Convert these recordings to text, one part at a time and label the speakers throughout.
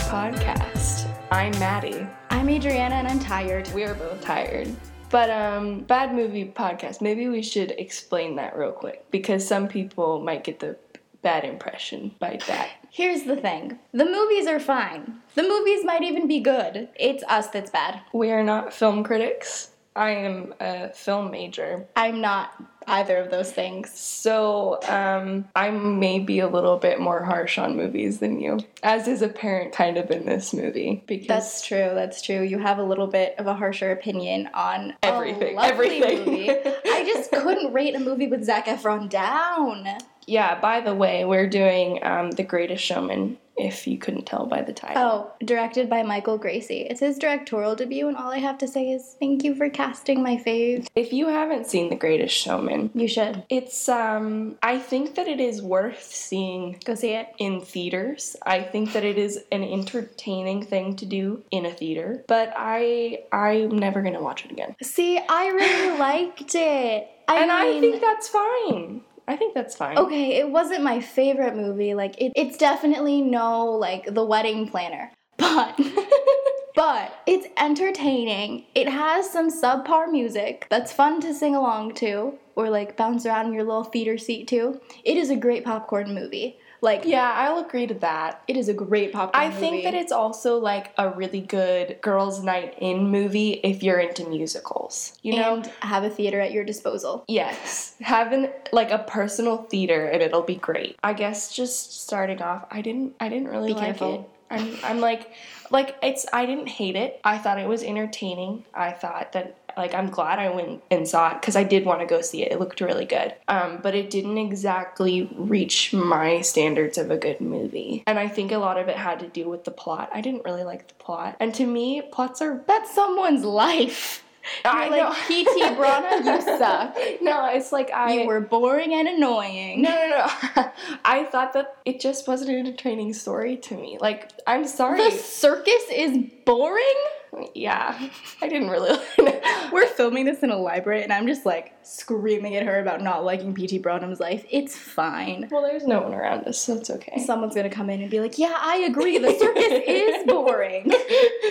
Speaker 1: podcast. I'm Maddie.
Speaker 2: I'm Adriana and I'm tired.
Speaker 1: We are both tired. But um bad movie podcast. Maybe we should explain that real quick because some people might get the bad impression by that.
Speaker 2: Here's the thing the movies are fine. The movies might even be good. It's us that's bad.
Speaker 1: We are not film critics. I am a film major.
Speaker 2: I'm not either of those things.
Speaker 1: So, um, I may be a little bit more harsh on movies than you, as is apparent kind of in this movie. Because
Speaker 2: That's true. That's true. You have a little bit of a harsher opinion on a
Speaker 1: Everything,
Speaker 2: lovely
Speaker 1: everything.
Speaker 2: movie. I just couldn't rate a movie with Zac Efron down.
Speaker 1: yeah, by the way, we're doing um, The Greatest Showman, if you couldn't tell by the title.
Speaker 2: Oh, directed by Michael Gracie. It's his directorial debut, and all I have to say is thank you for casting my fave.
Speaker 1: If you haven't seen The Greatest Showman,
Speaker 2: You should
Speaker 1: it's um I think that it is worth seeing
Speaker 2: go see it.
Speaker 1: in theaters. I think that it is an entertaining thing to do in a theater, but I I'm never going to watch it again.
Speaker 2: See, I really liked it. I
Speaker 1: and I
Speaker 2: mean-
Speaker 1: think that's fine. I think that's fine.
Speaker 2: okay, it wasn't my favorite movie. Like it, it's definitely no like The Wedding Planner, but but it's entertaining. It has some subpar music that's fun to sing along to or like bounce around in your little theater seat to. It is a great popcorn movie. Like
Speaker 1: Yeah, I'll agree to that.
Speaker 2: it is a great popcorn.
Speaker 1: I think
Speaker 2: movie.
Speaker 1: that it's also like a really good girls' night in movie if you're into musicals. You know?
Speaker 2: and have a theater at your disposal.
Speaker 1: yes. Have an like a personal theater and it'll be great. I guess just starting off, I didn't I didn't really
Speaker 2: Be
Speaker 1: like
Speaker 2: careful.
Speaker 1: it. I'm I'm like like it's I didn't hate it. I thought it was entertaining. I thought that like I'm glad I went and saw it because I did want to go see it. It looked really good. Um, but it didn't exactly reach my standards of a good movie. And I think a lot of it had to do with the plot. I didn't really like the plot. And to me, plots are
Speaker 2: That's someone's life.
Speaker 1: I
Speaker 2: You're like
Speaker 1: know.
Speaker 2: PT Brana, you suck.
Speaker 1: No, it's like I
Speaker 2: You were boring and annoying.
Speaker 1: No, no, no. I thought that it just wasn't an entertaining story to me. Like, I'm sorry.
Speaker 2: The circus is boring?
Speaker 1: Yeah, I didn't really. Like
Speaker 2: We're filming this in a library, and I'm just like screaming at her about not liking P.T. Brownham's life. It's fine.
Speaker 1: well, there's no one around us, so it's okay.
Speaker 2: Someone's gonna come in and be like, Yeah, I agree. The circus is boring.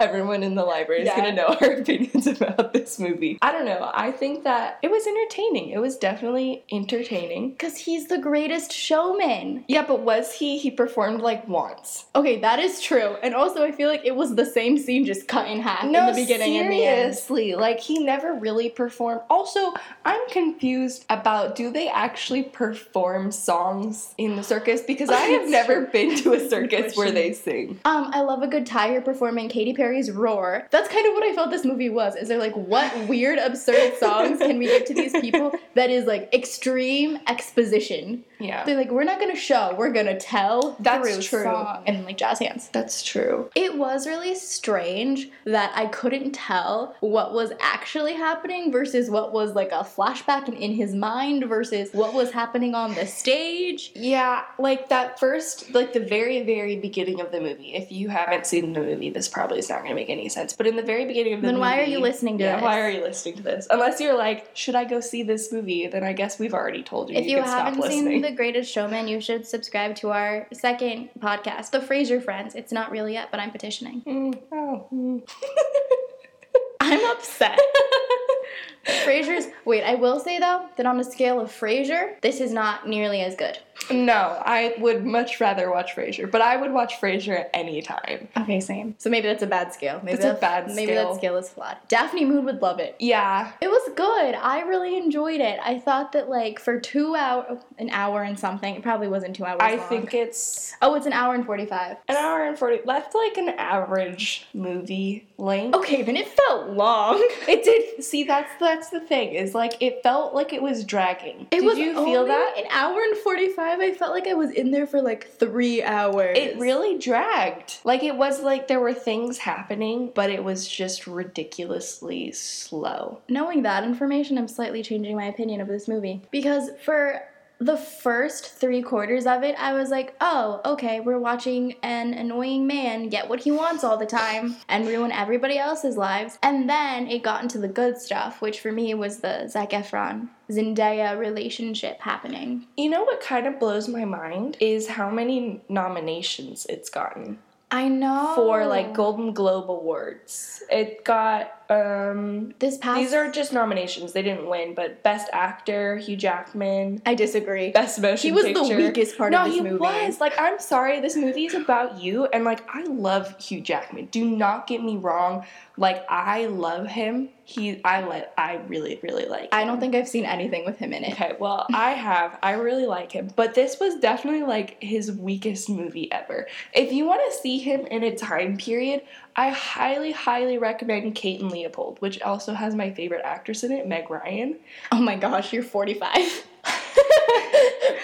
Speaker 1: Everyone in the library is
Speaker 2: Yeah.
Speaker 1: gonna know our opinions about this movie. I don't know. I think that it was entertaining. It was definitely entertaining.
Speaker 2: Because he's the greatest showman.
Speaker 1: Yeah, but was he? He performed like once.
Speaker 2: Okay, that is true. And also, I feel like it was the same scene just cut in half in the beginning and the end.
Speaker 1: seriously, like he never really performed. Also, I'm confused about do they actually perform songs in the circus? Because I have
Speaker 2: That's
Speaker 1: never
Speaker 2: true.
Speaker 1: been to a
Speaker 2: Good
Speaker 1: circus where
Speaker 2: question.
Speaker 1: they sing.
Speaker 2: Um, I love a good tiger performing Katy Perry's "Roar." That's kind of what I felt this movie was. Is they're like, what weird, absurd songs can we give to these people that is like extreme exposition?
Speaker 1: Yeah,
Speaker 2: They're like, we're not gonna show, we're gonna tell.
Speaker 1: That's
Speaker 2: through
Speaker 1: true.
Speaker 2: song," And like jazz hands.
Speaker 1: that's true.
Speaker 2: It was really strange that I couldn't tell what was actually happening versus what was like a flashback and in his mind versus what was happening on the stage.
Speaker 1: Yeah, like that first, like the very, very beginning of the movie. If you haven't seen the movie, this probably is not going to make any sense. But in the very beginning of the
Speaker 2: Then
Speaker 1: movie,
Speaker 2: why are you listening to
Speaker 1: yeah,
Speaker 2: this?
Speaker 1: Why are you listening to this? Unless you're like, should I go see this movie? Then I guess we've already told you.
Speaker 2: If you
Speaker 1: can stop
Speaker 2: haven't
Speaker 1: listening.
Speaker 2: seen The Greatest Showman, you should subscribe to our second podcast, The Fraser Friends. It's not really yet, but I'm petitioning.
Speaker 1: Mm, oh, mm.
Speaker 2: I'm upset. Frasier's. Wait, I will say though that on a scale of Frasier, this is not nearly as good.
Speaker 1: No, I would much rather watch Frasier, but I would watch Frasier at any time.
Speaker 2: Okay, same. So maybe that's a bad scale. Maybe
Speaker 1: That's a
Speaker 2: that-
Speaker 1: bad
Speaker 2: Maybe that
Speaker 1: scale.
Speaker 2: scale is flawed. Daphne Mood would love it.
Speaker 1: Yeah,
Speaker 2: It was good. I really enjoyed it. I thought that like for two hour, an hour and something. It probably wasn't two hours.
Speaker 1: I
Speaker 2: long.
Speaker 1: think it's
Speaker 2: Oh, it's an hour and forty-five.
Speaker 1: an hour and 40. That's like an average movie length.
Speaker 2: Okay, then it felt long.
Speaker 1: It did. See, that's that's the thing is like it felt like it was dragging.
Speaker 2: It
Speaker 1: did
Speaker 2: was
Speaker 1: you
Speaker 2: only
Speaker 1: feel that?
Speaker 2: An hour and 45. I felt like I was in there for like three hours.
Speaker 1: It really dragged. Like it was like there were things happening, but it was just ridiculously slow.
Speaker 2: Knowing that information, I'm slightly changing my opinion of this movie. Because for the first three quarters of it, I was like, oh, okay, we're watching an annoying man get what he wants all the time and ruin everybody else's lives. And then it got into the good stuff, which for me was the Zac Efron Zendaya relationship happening.
Speaker 1: You know what kind of blows my mind is how many nominations it's gotten.
Speaker 2: I know.
Speaker 1: for
Speaker 2: Oh.
Speaker 1: like Golden Globe awards. It got um
Speaker 2: This past.
Speaker 1: these are just nominations. They didn't win, but Best Actor, Hugh Jackman,
Speaker 2: I disagree.
Speaker 1: Best Motion
Speaker 2: He was
Speaker 1: Picture.
Speaker 2: the weakest part
Speaker 1: no,
Speaker 2: of this
Speaker 1: he
Speaker 2: movie.
Speaker 1: was. Like, I'm sorry, this movie is about you, and like, I love Hugh Jackman. Do not get me wrong. Like, I love him. He, I let, I really, really like.
Speaker 2: I don't think I've seen anything with him in it.
Speaker 1: Okay, well, I have. I really like him, but this was definitely like his weakest movie ever. If you want to see him in a time period, I highly, highly recommend Kate and Leopold, which also has my favorite actress in it, Meg Ryan.
Speaker 2: Oh my gosh, you're 45.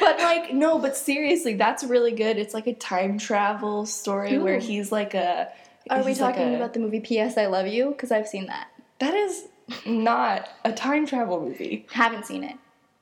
Speaker 1: But like, no, but seriously, that's really good. It's like a time travel story where
Speaker 2: Ooh.
Speaker 1: he's like a.
Speaker 2: Are we
Speaker 1: he's like
Speaker 2: talking
Speaker 1: a-
Speaker 2: about the movie P.S. I Love You? Because I've seen that.
Speaker 1: That is not a time travel movie.
Speaker 2: Haven't seen it.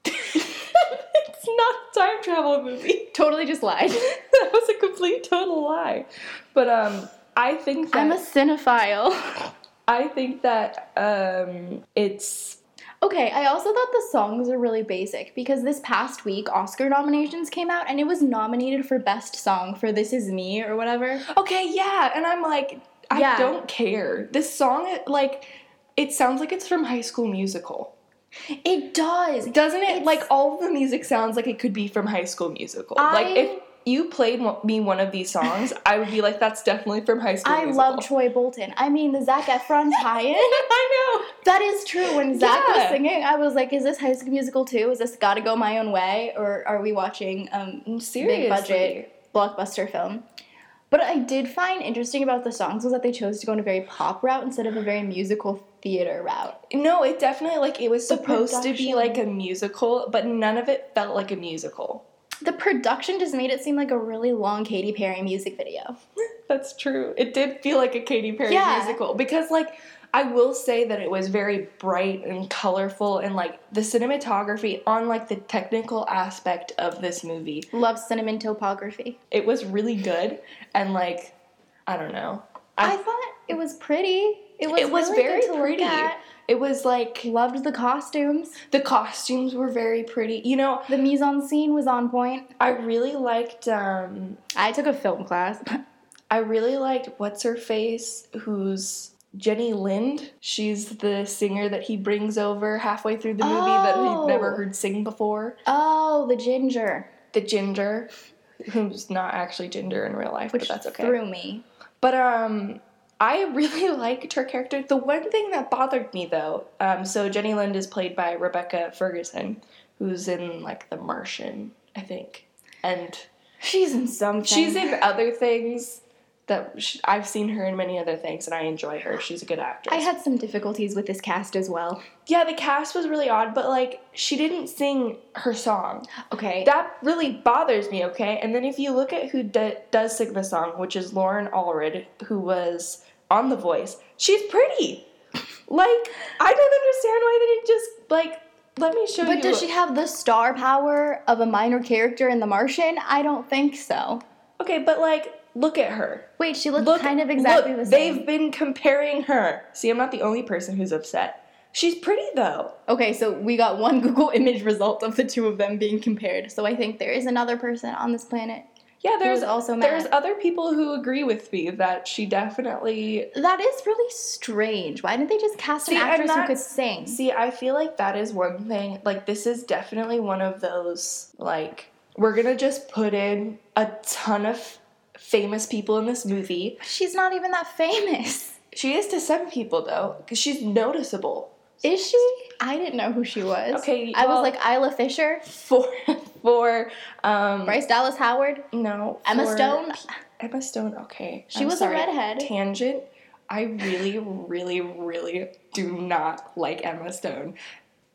Speaker 1: it's not a time travel movie.
Speaker 2: Totally just lied.
Speaker 1: that was a complete total lie. But um, I think that
Speaker 2: I'm a cinephile.
Speaker 1: I think that um, it's
Speaker 2: okay, I also thought the songs were really basic because this past week Oscar nominations came out and it was nominated for Best Song for This Is Me or whatever.
Speaker 1: okay, yeah. And I'm like, I
Speaker 2: Yeah.
Speaker 1: don't care. This song, like, it sounds like it's from High School Musical,
Speaker 2: It does.
Speaker 1: doesn't it?
Speaker 2: It's-
Speaker 1: like all the music sounds like it could be from High School Musical.
Speaker 2: I-
Speaker 1: Like if. You played mo- me one of these songs, I would be like, "That's definitely from High School
Speaker 2: I
Speaker 1: Musical."
Speaker 2: love Troy Bolton. I mean, the Zac Efron tie-in.
Speaker 1: I know.
Speaker 2: That is true. When Zach was
Speaker 1: Yeah.
Speaker 2: singing, I was like, "Is this High School Musical too? Is this Gotta Go My Own Way, or are we watching um
Speaker 1: Seriously.
Speaker 2: big budget blockbuster film?" But I did find interesting about the songs was that they chose to go in a very pop route instead of a very musical theater route.
Speaker 1: No, it definitely like it was
Speaker 2: The
Speaker 1: supposed to be
Speaker 2: production.
Speaker 1: like a musical, but none of it felt like a musical.
Speaker 2: The production just made it seem like a really long Katy Perry music video.
Speaker 1: That's true. It did feel like a Katy Perry
Speaker 2: Yeah.
Speaker 1: musical because like I will say that it was very bright and colorful and like the cinematography on like the technical aspect of this movie.
Speaker 2: Love cinnamon topography.
Speaker 1: It was really good and like I don't know.
Speaker 2: I,
Speaker 1: I,
Speaker 2: thought it was pretty. It was,
Speaker 1: it was
Speaker 2: really
Speaker 1: very
Speaker 2: good to look
Speaker 1: pretty.
Speaker 2: at.
Speaker 1: It was like
Speaker 2: Loved the costumes.
Speaker 1: the costumes were very pretty. You know,
Speaker 2: The mise en scene was on point.
Speaker 1: I really liked um
Speaker 2: I took a film class.
Speaker 1: I really liked what's her face, who's Jenny Lind. She's the singer that he brings over halfway through the movie that
Speaker 2: Oh.
Speaker 1: he'd never heard sing before.
Speaker 2: Oh, the ginger,
Speaker 1: The ginger, who's not actually ginger in real life,
Speaker 2: which
Speaker 1: but that's okay.
Speaker 2: threw me.
Speaker 1: But um, I really liked her character. The one thing that bothered me though, um, so Jenny Lind is played by Rebecca Ferguson, who's in like The Martian, I think, and
Speaker 2: She's in something.
Speaker 1: She's in other things that sh I've seen her in many other things, and I enjoy her. She's a good actress.
Speaker 2: I had some difficulties with this cast as well.
Speaker 1: yeah, the cast was really odd, but like she didn't sing her song.
Speaker 2: Okay.
Speaker 1: That really bothers me. Okay, and then if you look at who d- does sing the song, which is Lauren Allred, who was on The Voice, she's pretty. like I don't understand why they didn't just like let me show you.
Speaker 2: but does she have the star power of a minor character in The Martian? I don't think so.
Speaker 1: okay, but like look at her.
Speaker 2: Wait, she looks
Speaker 1: Look,
Speaker 2: kind of exactly
Speaker 1: look,
Speaker 2: the same.
Speaker 1: They've been comparing her. See, I'm not the only person who's upset. She's pretty though.
Speaker 2: Okay, so we got one Google image result of the two of them being compared. So I think there is another person on this planet.
Speaker 1: Yeah,
Speaker 2: was
Speaker 1: there's
Speaker 2: also mad.
Speaker 1: there's other people who agree with me that she definitely.
Speaker 2: That is really strange. Why didn't they just cast an
Speaker 1: See, I'm
Speaker 2: actress who
Speaker 1: not-
Speaker 2: could sing?
Speaker 1: See, I feel like that is one thing. Like this is definitely one of those like we're gonna just put in a ton of famous people in this movie.
Speaker 2: She's not even that famous.
Speaker 1: She is to some people though, because she's noticeable.
Speaker 2: Is she? I didn't know who she was.
Speaker 1: Okay,
Speaker 2: I was
Speaker 1: well-
Speaker 2: like Isla Fisher,
Speaker 1: For for um
Speaker 2: Bryce Dallas Howard,
Speaker 1: no
Speaker 2: Emma
Speaker 1: for-
Speaker 2: Stone.
Speaker 1: Emma Stone, okay.
Speaker 2: She was a redhead.
Speaker 1: Tangent. I really, really, really do not like Emma Stone.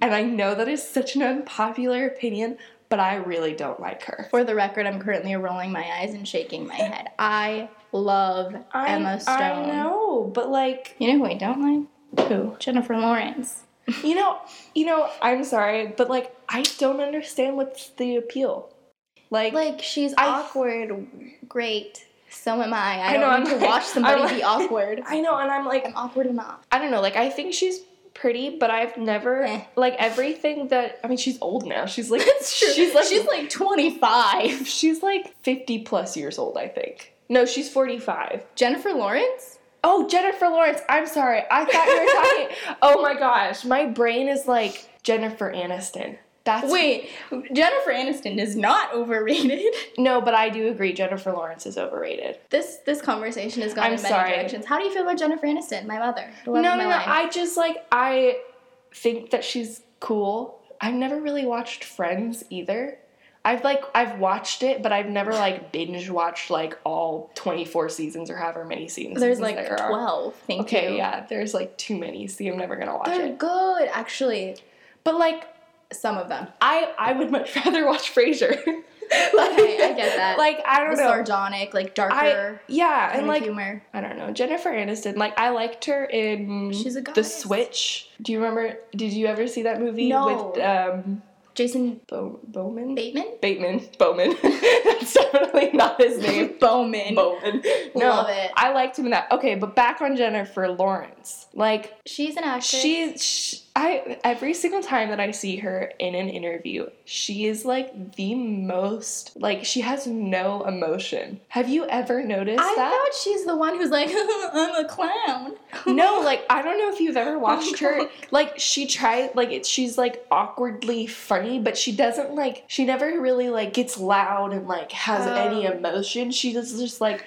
Speaker 1: And I know that is such an unpopular opinion, but I really don't like her.
Speaker 2: For the record, I'm currently rolling my eyes and shaking my head. I love
Speaker 1: I-
Speaker 2: Emma Stone.
Speaker 1: I know, but like
Speaker 2: You know who I don't
Speaker 1: who?
Speaker 2: like? Jennifer Lawrence.
Speaker 1: You know, you know, I'm sorry, but like I don't understand what's the appeal. Like,
Speaker 2: Like she's
Speaker 1: I-
Speaker 2: awkward. Great. So am I. I,
Speaker 1: I
Speaker 2: don't
Speaker 1: know,
Speaker 2: need
Speaker 1: I'm
Speaker 2: to
Speaker 1: like-
Speaker 2: watch somebody
Speaker 1: I'm
Speaker 2: be
Speaker 1: like-
Speaker 2: awkward.
Speaker 1: I know, and I'm like
Speaker 2: I'm awkward enough.
Speaker 1: I don't know, like I think she's pretty, but I've never
Speaker 2: Eh.
Speaker 1: like everything that I mean she's old now. She's like
Speaker 2: That's true.
Speaker 1: She's like
Speaker 2: she's like 25.
Speaker 1: She's like 50 plus years old, I think. No, she's 45.
Speaker 2: Jennifer Lawrence?
Speaker 1: Oh, Jennifer Lawrence. I'm sorry. I thought you were talking. oh my gosh. My brain is like Jennifer Aniston. That's
Speaker 2: Wait, Jennifer Aniston is not overrated.
Speaker 1: No, but I do agree. Jennifer Lawrence is overrated.
Speaker 2: This this conversation has gone
Speaker 1: I'm
Speaker 2: in many
Speaker 1: sorry.
Speaker 2: directions. How do you feel about Jennifer Aniston, my mother? the
Speaker 1: No,
Speaker 2: love
Speaker 1: no,
Speaker 2: of my
Speaker 1: no.
Speaker 2: life?
Speaker 1: I just like I think that she's cool. I've never really watched Friends either. I've like I've watched it, but I've never like binge watched like all 24 seasons or however many seasons.
Speaker 2: There's like
Speaker 1: there are.
Speaker 2: twelve. Thank you.
Speaker 1: Okay, yeah, there's like too many. See, I'm never gonna watch
Speaker 2: They're
Speaker 1: it.
Speaker 2: good, actually.
Speaker 1: But like,
Speaker 2: Some of them.
Speaker 1: I I would much rather watch Frasier. okay,
Speaker 2: I get that.
Speaker 1: Like, I don't
Speaker 2: the
Speaker 1: know.
Speaker 2: sardonic, like
Speaker 1: I
Speaker 2: darker
Speaker 1: yeah,
Speaker 2: kind
Speaker 1: and
Speaker 2: of
Speaker 1: like
Speaker 2: humor.
Speaker 1: I don't know Jennifer Aniston. Like I liked her in
Speaker 2: She's a
Speaker 1: The
Speaker 2: goddess.
Speaker 1: Switch. Do you remember? Did you ever see that movie
Speaker 2: No.
Speaker 1: with um
Speaker 2: Jason
Speaker 1: Bo- Bowman?
Speaker 2: Bateman?
Speaker 1: Bateman. Bowman. That's definitely not his name.
Speaker 2: Bowman.
Speaker 1: Bowman.
Speaker 2: Love it.
Speaker 1: I liked him in that. Okay, but back on Jennifer Lawrence. Like
Speaker 2: She's an actress.
Speaker 1: She's sh I every single time that I see her in an interview, she is like the most like she has no emotion. Have you ever noticed
Speaker 2: I
Speaker 1: that?
Speaker 2: thought she's the one who's like, I'm a clown.
Speaker 1: no, like I don't know if you've ever watched her.
Speaker 2: God.
Speaker 1: Like she tries like it, she's like awkwardly funny, but she doesn't like she never really like gets loud and like has
Speaker 2: Oh.
Speaker 1: any emotion. She just just like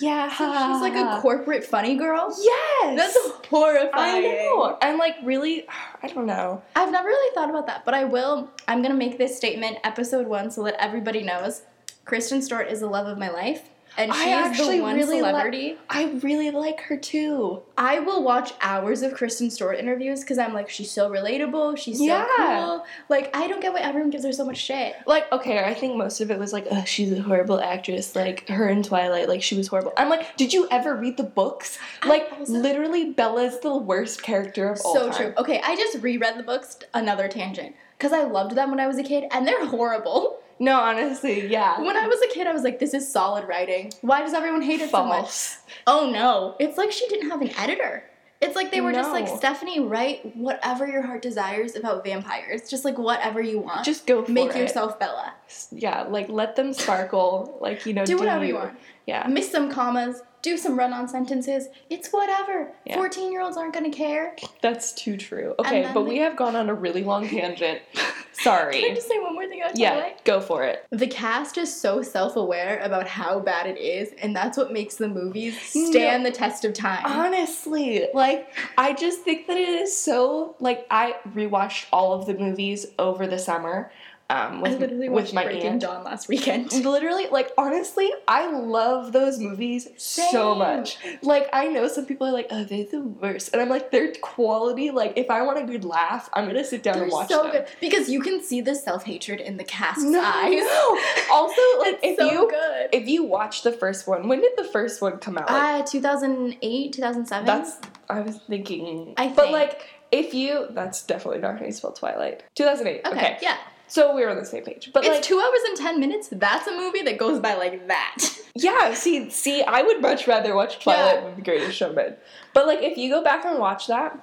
Speaker 1: yeah.
Speaker 2: She's like a corporate funny girl.
Speaker 1: Yes.
Speaker 2: That's horrifying.
Speaker 1: I know. And like really I don't know.
Speaker 2: I've never really thought about that, but I will. I'm gonna make this statement episode one so that everybody knows. Kristen Stewart is the love of my life, and
Speaker 1: I
Speaker 2: she is
Speaker 1: actually
Speaker 2: the one
Speaker 1: really li-
Speaker 2: celebrity.
Speaker 1: I really like her too.
Speaker 2: I will watch hours of Kristen Stewart interviews because I'm like, she's so relatable. She's
Speaker 1: Yeah.
Speaker 2: so cool. Like, I don't get why everyone gives her so much shit.
Speaker 1: Like, okay, I think most of it was like, oh, she's a horrible actress. Like, her in Twilight, like, she was horrible. I'm like, did you ever read the books?
Speaker 2: I
Speaker 1: Like,
Speaker 2: also-
Speaker 1: literally, Bella's the worst character of all
Speaker 2: so
Speaker 1: time.
Speaker 2: true. Okay, I just reread the books. Another tangent. Because I loved them when I was a kid, and they're horrible.
Speaker 1: No, honestly, yeah.
Speaker 2: When I was a kid, I was like, this is solid writing. Why does everyone hate it so much?
Speaker 1: False.
Speaker 2: Oh no. It's like she didn't have an editor. It's like they were just like,
Speaker 1: No.
Speaker 2: Stephanie, write whatever your heart desires about vampires. Just like whatever you want.
Speaker 1: Just go for
Speaker 2: make
Speaker 1: it.
Speaker 2: yourself Bella.
Speaker 1: Yeah, like, let them sparkle. Like, you know,
Speaker 2: Do whatever you want.
Speaker 1: Yeah.
Speaker 2: Miss some commas, do some run on sentences. It's whatever.
Speaker 1: Yeah.
Speaker 2: 14 year olds aren't gonna care.
Speaker 1: That's too true. Okay,
Speaker 2: then
Speaker 1: but
Speaker 2: they-
Speaker 1: we have gone on a really long tangent.
Speaker 2: Can I
Speaker 1: Sorry.
Speaker 2: just say one more thing about
Speaker 1: Yeah,
Speaker 2: Twilight?
Speaker 1: go for it.
Speaker 2: The cast is so self aware about how bad it is, and that's what makes the movies stand the test of time.
Speaker 1: Honestly, like I just think that it is so like I rewatched all of the movies over the summer um
Speaker 2: I
Speaker 1: with
Speaker 2: literally
Speaker 1: with
Speaker 2: watched
Speaker 1: my
Speaker 2: Breaking
Speaker 1: aunt.
Speaker 2: Dawn last weekend.
Speaker 1: Literally, like honestly, I love those movies so
Speaker 2: Same.
Speaker 1: much. Like I know some people are like, "Oh, they're the worst," and I'm like, "They're quality." Like if I want a good laugh, I'm gonna sit down
Speaker 2: They're
Speaker 1: and watch
Speaker 2: so
Speaker 1: them.
Speaker 2: good because you can see the self hatred in the cast's
Speaker 1: No,
Speaker 2: eyes.
Speaker 1: no. Also, like
Speaker 2: It's
Speaker 1: if
Speaker 2: so
Speaker 1: you
Speaker 2: good.
Speaker 1: if you watch the first one, when did the first one come out? Like,
Speaker 2: uh, 2008, 2007.
Speaker 1: That's I was thinking.
Speaker 2: I
Speaker 1: but
Speaker 2: think.
Speaker 1: like if you that's definitely not how you spell Twilight. Two thousand eight.
Speaker 2: okay.
Speaker 1: Okay.
Speaker 2: Yeah,
Speaker 1: So we were on the same page. But
Speaker 2: it's
Speaker 1: like
Speaker 2: two hours and ten minutes. That's a movie that goes by like that.
Speaker 1: yeah, see see I would much rather watch Twilight
Speaker 2: Yeah.
Speaker 1: than the greatest showman. But like if you go back and watch that,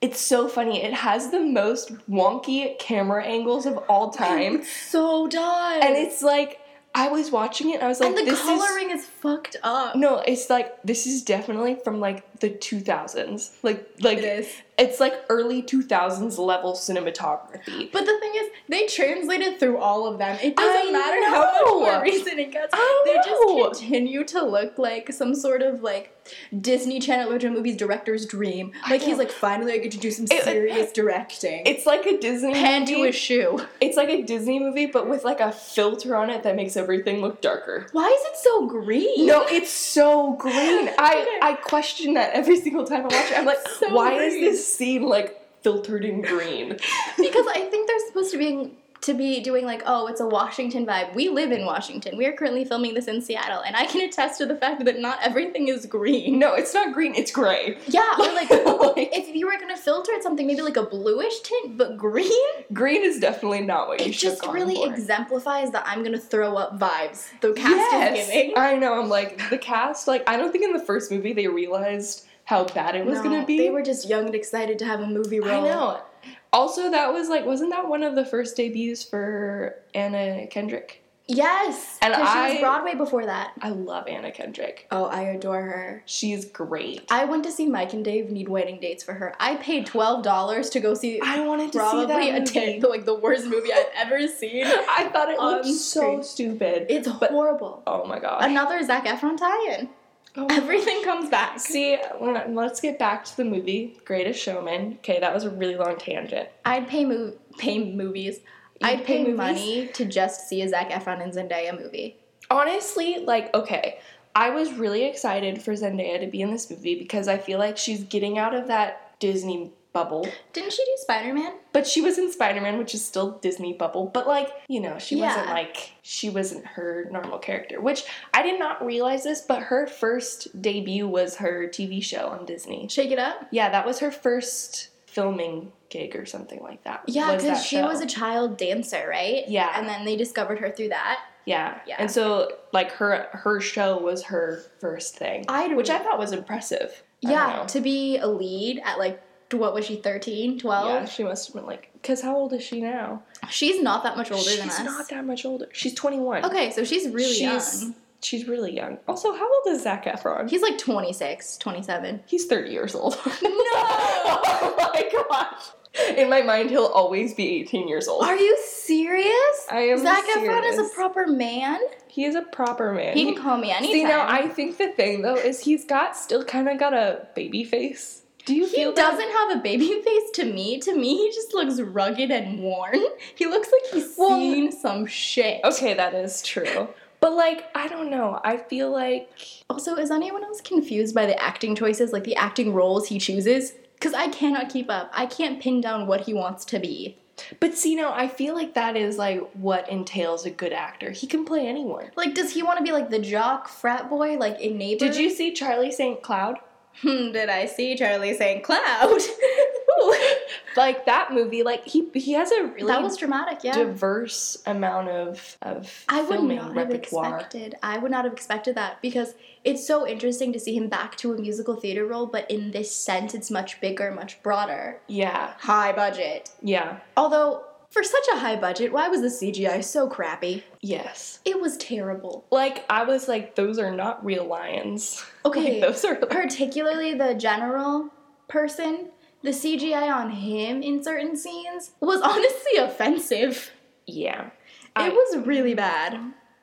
Speaker 1: it's so funny. It has the most wonky camera angles of all time.
Speaker 2: so does.
Speaker 1: and it's like I was watching it and I was like
Speaker 2: and the
Speaker 1: this is
Speaker 2: coloring is, fucked up.
Speaker 1: no, it's like this is definitely from like the 2000s. Like like
Speaker 2: It is.
Speaker 1: it's like early 2000s level cinematography.
Speaker 2: But the thing is, they translated through all of them. It doesn't
Speaker 1: I
Speaker 2: matter how
Speaker 1: know.
Speaker 2: much more recent it gets.
Speaker 1: I
Speaker 2: they
Speaker 1: know.
Speaker 2: just continue to look like some sort of like Disney Channel original movies director's dream. Like he's
Speaker 1: know.
Speaker 2: like, finally, I get to do some
Speaker 1: It-
Speaker 2: serious directing.
Speaker 1: It's like a Disney
Speaker 2: Hand to
Speaker 1: movie.
Speaker 2: a shoe.
Speaker 1: It's like a Disney movie but with like a filter on it that makes everything look darker.
Speaker 2: Why is it so green?
Speaker 1: No, it's so green. I
Speaker 2: Okay.
Speaker 1: I question that every single time I watch it. I'm like,
Speaker 2: So
Speaker 1: why is
Speaker 2: green.
Speaker 1: this scene like filtered in green?
Speaker 2: because I think they're supposed to be to be doing like, oh, it's a Washington vibe. We live in Washington. We are currently filming this in Seattle, and I can attest to the fact that not everything is green.
Speaker 1: No, it's not green, it's gray.
Speaker 2: Yeah, or like
Speaker 1: Like,
Speaker 2: if you were gonna filter it something, maybe like a bluish tint, but green.
Speaker 1: green is definitely not what you
Speaker 2: It
Speaker 1: should have
Speaker 2: just
Speaker 1: gone
Speaker 2: really
Speaker 1: for.
Speaker 2: exemplifies the I'm gonna throw up vibes the cast is
Speaker 1: yes.
Speaker 2: giving.
Speaker 1: I know, I'm like the cast, like I don't think in the first movie they realized how bad it was
Speaker 2: No,
Speaker 1: gonna be.
Speaker 2: They were just young and excited to have a movie
Speaker 1: I
Speaker 2: role.
Speaker 1: know. Also, that was like, wasn't that one of the first debuts for Anna Kendrick?
Speaker 2: Yes.
Speaker 1: And
Speaker 2: 'cause she
Speaker 1: I-
Speaker 2: was Broadway before that.
Speaker 1: I love Anna Kendrick.
Speaker 2: Oh, I adore her.
Speaker 1: She's great.
Speaker 2: I went to see Mike and Dave need wedding dates for her. I paid twelve dollars to go see
Speaker 1: I wanted to
Speaker 2: probably
Speaker 1: see
Speaker 2: a
Speaker 1: that movie.
Speaker 2: ta- like the worst movie I've ever seen.
Speaker 1: I thought it
Speaker 2: on
Speaker 1: looked so
Speaker 2: screen.
Speaker 1: stupid.
Speaker 2: It's horrible.
Speaker 1: oh my god.
Speaker 2: Another Zac Efron tie-in.
Speaker 1: Oh my
Speaker 2: Everything comes back.
Speaker 1: See, we're not- let's get back to the movie Greatest Showman. Okay, that was a really long tangent.
Speaker 2: I'd pay mov- pay movies. I'd
Speaker 1: pay
Speaker 2: pay,
Speaker 1: movies?
Speaker 2: money to just see a Zac Efron and Zendaya movie.
Speaker 1: Honestly, like, okay, I was really excited for Zendaya to be in this movie because I feel like she's getting out of that Disney bubble.
Speaker 2: Didn't she do Spider Man?
Speaker 1: But she was in Spider Man, which is still Disney bubble. But like, you know, she wasn't
Speaker 2: Yeah.
Speaker 1: like she wasn't her normal character. Which I did not realize this, but her first debut was her TV show on Disney.
Speaker 2: Shake It Up.
Speaker 1: Yeah, that was her first filming gig or something like that.
Speaker 2: Yeah,
Speaker 1: was
Speaker 2: because
Speaker 1: that
Speaker 2: she
Speaker 1: show.
Speaker 2: was a child dancer, right?
Speaker 1: Yeah.
Speaker 2: And then they discovered her through that.
Speaker 1: yeah.
Speaker 2: Yeah.
Speaker 1: And so like her her show was her first thing,
Speaker 2: I'd
Speaker 1: which I thought was impressive. I don't
Speaker 2: yeah
Speaker 1: know.
Speaker 2: to be a lead at like t- what was she 13, 12?
Speaker 1: yeah, she must have been like, because how old is she now?
Speaker 2: She's not that much older
Speaker 1: she's
Speaker 2: than us.
Speaker 1: not that much older. She's twenty one.
Speaker 2: okay, so she's really
Speaker 1: she's,
Speaker 2: young.
Speaker 1: She's really young. Also, how old is Zach Efron?
Speaker 2: He's like 26, 27.
Speaker 1: He's 30 years old. No! oh my gosh. In my mind, he'll always be 18 years old.
Speaker 2: Are you serious?
Speaker 1: I am
Speaker 2: Zac Efron is
Speaker 1: serious.
Speaker 2: a proper man.
Speaker 1: He is a proper man.
Speaker 2: He can call me anytime.
Speaker 1: See, now I think the thing though is he's got still kind of got a baby face. Do you
Speaker 2: He
Speaker 1: feel that?
Speaker 2: doesn't have a baby face to me. To me, he just looks rugged and worn. He looks like he's
Speaker 1: Well,
Speaker 2: seen some shit.
Speaker 1: Okay, that is true. But like, I don't know. I feel like
Speaker 2: Also, is anyone else confused by the acting choices, like the acting roles he chooses? Because I cannot keep up. I can't pin down what he wants to be.
Speaker 1: but see now I feel like that is like what entails a good actor. He can play anyone.
Speaker 2: Like, does he want to be like the jock frat boy, like in Neighbor?
Speaker 1: Did you see Charlie St. Cloud?
Speaker 2: Hmm, did I see Charlie St. Cloud? Ooh.
Speaker 1: Like that movie, like he he has a really
Speaker 2: that was dramatic, yeah.
Speaker 1: diverse amount of of
Speaker 2: I would
Speaker 1: filming
Speaker 2: not have
Speaker 1: repertoire.
Speaker 2: expected. I would not have expected that because it's so interesting to see him back to a musical theater role, but in this sense, it's much bigger, much broader,
Speaker 1: Yeah,
Speaker 2: high budget.
Speaker 1: yeah,
Speaker 2: Although, for such a high budget, why was the CGI so crappy?
Speaker 1: yes.
Speaker 2: It was terrible.
Speaker 1: Like I was like, those are not real lions.
Speaker 2: Okay,
Speaker 1: Like, those are
Speaker 2: particularly the general person, the CGI on him in certain scenes was honestly offensive.
Speaker 1: yeah. I-
Speaker 2: It was really bad.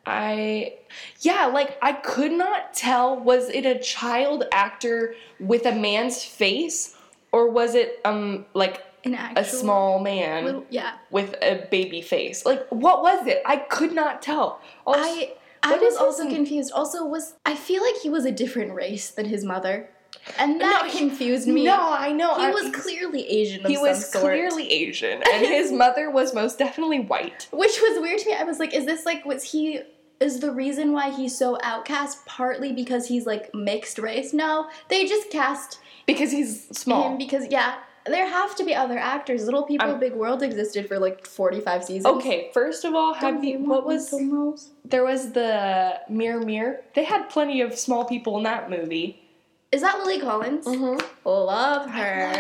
Speaker 1: I, yeah, like I could not tell was it a child actor with a man's face or was it um like
Speaker 2: An actual
Speaker 1: a small man
Speaker 2: little, yeah.
Speaker 1: with a baby face? Like what was it? I could not tell. Also,
Speaker 2: I I
Speaker 1: What is
Speaker 2: was
Speaker 1: his
Speaker 2: also
Speaker 1: n-
Speaker 2: confused. Also, was I feel like he was a different race than his mother, and that
Speaker 1: No, he-
Speaker 2: confused me.
Speaker 1: no, I know.
Speaker 2: he
Speaker 1: I-
Speaker 2: was clearly Asian. Of
Speaker 1: he
Speaker 2: some
Speaker 1: was
Speaker 2: sort,
Speaker 1: clearly Asian and his mother was most definitely white.
Speaker 2: which was weird to me. I was like, is this like was he? Is the reason why he's so outcast partly because he's like mixed race? No, they just cast
Speaker 1: Because he's small.
Speaker 2: him because yeah, there have to be other actors. Little People,
Speaker 1: I'm-
Speaker 2: Big World existed for like forty five seasons.
Speaker 1: okay, first of all,
Speaker 2: Don't
Speaker 1: have you,
Speaker 2: want
Speaker 1: what was
Speaker 2: little roles?
Speaker 1: there was the Mirror Mirror. They had plenty of small people in that movie.
Speaker 2: Is that Lily Collins?
Speaker 1: Mm-hmm.
Speaker 2: Love
Speaker 1: I love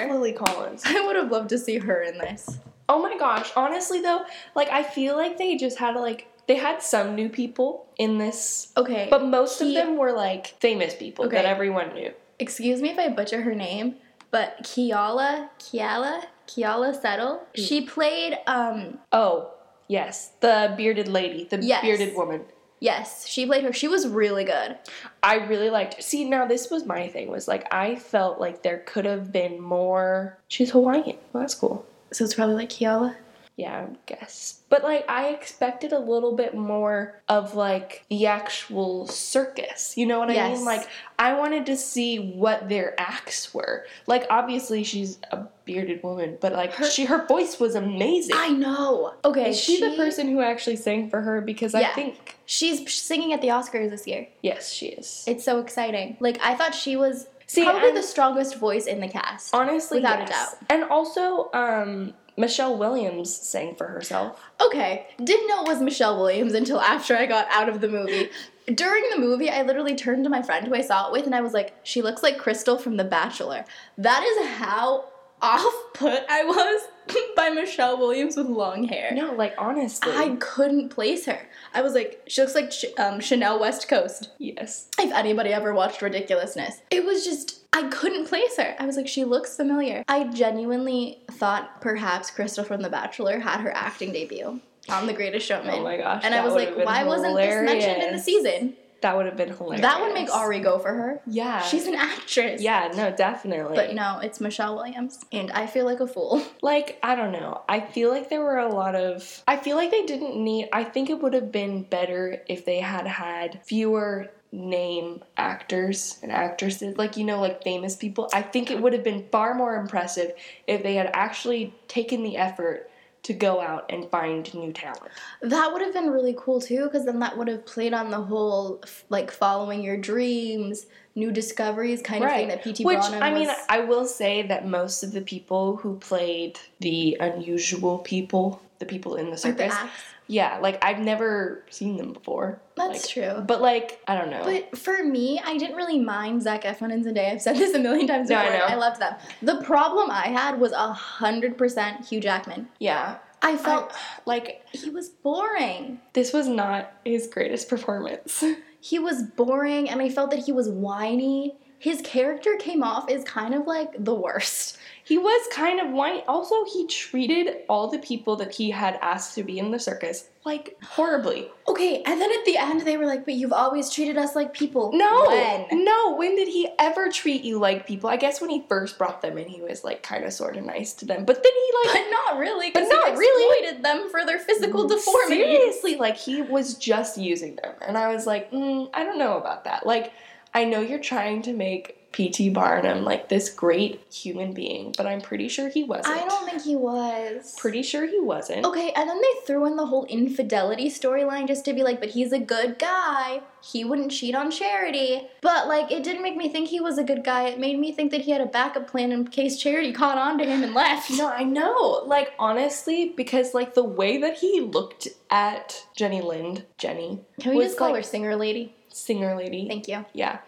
Speaker 2: her.
Speaker 1: Lily Collins.
Speaker 2: I would have loved to see her in this.
Speaker 1: Oh my gosh, honestly though, like I feel like they just had like they had some new people in this,
Speaker 2: Okay.
Speaker 1: but most of
Speaker 2: He-
Speaker 1: them were like famous people that
Speaker 2: Okay.
Speaker 1: everyone knew.
Speaker 2: excuse me if I butcher her name, but Kiala, Kiala, Kiala Settle.
Speaker 1: Mm.
Speaker 2: She played um
Speaker 1: Oh, yes, the bearded lady, the
Speaker 2: Yes.
Speaker 1: bearded woman.
Speaker 2: yes, she played her. She was really good.
Speaker 1: I really liked. See, now this was my thing was like I felt like there could have been more. She's Hawaiian. Well, that's cool.
Speaker 2: So it's probably like Kiala.
Speaker 1: Yeah, I guess. But like I expected a little bit more of like the actual circus. You know what I
Speaker 2: Yes.
Speaker 1: mean? Like I wanted to see what their acts were. Like obviously she's a bearded woman, but like
Speaker 2: Her-
Speaker 1: she her voice was amazing.
Speaker 2: I know. Okay,
Speaker 1: Is she, the person who actually sang for her? Because I
Speaker 2: Yeah.
Speaker 1: think
Speaker 2: She's singing at the Oscars this year.
Speaker 1: yes, she is.
Speaker 2: It's so exciting. Like I thought she was
Speaker 1: See,
Speaker 2: probably
Speaker 1: I'm-
Speaker 2: the strongest voice in the cast.
Speaker 1: Honestly,
Speaker 2: Without a
Speaker 1: yes.
Speaker 2: doubt.
Speaker 1: And also, um, Michelle Williams sang for herself.
Speaker 2: Okay, didn't know it was Michelle Williams until after I got out of the movie. During the movie, I literally turned to my friend who I saw it with and I was like, she looks like Crystal from The Bachelor. That is how off put I was by Michelle Williams with long hair.
Speaker 1: No, like honestly.
Speaker 2: I couldn't place her. I was like, she looks like Ch- um, Chanel West Coast.
Speaker 1: yes.
Speaker 2: If anybody ever watched Ridiculousness, it was just, I couldn't place her. I was like, she looks familiar. I genuinely thought perhaps Crystal from The Bachelor had her acting debut on The Greatest Showman.
Speaker 1: Oh my gosh.
Speaker 2: and
Speaker 1: that
Speaker 2: I was
Speaker 1: would've
Speaker 2: like,
Speaker 1: been
Speaker 2: why wasn't this mentioned in the
Speaker 1: hilarious.
Speaker 2: season?
Speaker 1: That would have been hilarious.
Speaker 2: That would make Ari go for her.
Speaker 1: Yeah.
Speaker 2: She's an actress.
Speaker 1: Yeah, no, definitely.
Speaker 2: But no, it's Michelle Williams. And I feel like a fool.
Speaker 1: Like, I don't know. I feel like there were a lot of. I feel like they didn't need. I think it would have been better if they had had fewer name actors and actresses. Like, you know, like famous people. I think it would have been far more impressive if they had actually taken the effort to go out and find new talent.
Speaker 2: That would have been really cool too, because then that would have played on the whole f- like following your dreams, new discoveries kind of thing that PT
Speaker 1: Which,
Speaker 2: Barnum
Speaker 1: I mean,
Speaker 2: was.
Speaker 1: I will say that most of the people who played the unusual people, the people in the
Speaker 2: like the
Speaker 1: circus,
Speaker 2: acts.
Speaker 1: yeah, like I've never seen them before.
Speaker 2: That's
Speaker 1: Like,
Speaker 2: true.
Speaker 1: But like, I don't know.
Speaker 2: But for me, I didn't really mind Zac Efron and Zendaya. I've said this a million times
Speaker 1: No, I
Speaker 2: before. and
Speaker 1: know.
Speaker 2: I loved them. The problem I had was a hundred percent Hugh Jackman.
Speaker 1: yeah,
Speaker 2: I felt
Speaker 1: like
Speaker 2: he was boring.
Speaker 1: this was not his greatest performance.
Speaker 2: He was boring, and I felt that he was whiny. His character came off as kind of like the worst.
Speaker 1: he was kind of whiny. Also, he treated all the people that he had asked to be in the circus like horribly.
Speaker 2: Okay, and then at the end they were like, "But you've always treated us like people."
Speaker 1: No,
Speaker 2: When?
Speaker 1: no. When did he ever treat you like people? I guess when he first brought them in, he was like kind of sort of nice to them. But then he like
Speaker 2: But not really.
Speaker 1: But
Speaker 2: But
Speaker 1: not
Speaker 2: not really. Exploited them for their physical deformity.
Speaker 1: Seriously, like he was just using them, and I was like, mm, I don't know about that. Like, I know you're trying to make P.T. Barnum like this great human being, but I'm pretty sure he wasn't.
Speaker 2: I don't think he was.
Speaker 1: Pretty sure he wasn't.
Speaker 2: Okay, and then they threw in the whole infidelity storyline just to be like, "But he's a good guy. He wouldn't cheat on charity." But like, it didn't make me think he was a good guy. It made me think that he had a backup plan in case charity caught on to him and left.
Speaker 1: No, I know. Like honestly, because like the way that he looked at Jenny Lind, Jenny
Speaker 2: Can we
Speaker 1: was,
Speaker 2: just call
Speaker 1: like-
Speaker 2: her singer lady?
Speaker 1: singer lady.
Speaker 2: Thank you.
Speaker 1: Yeah.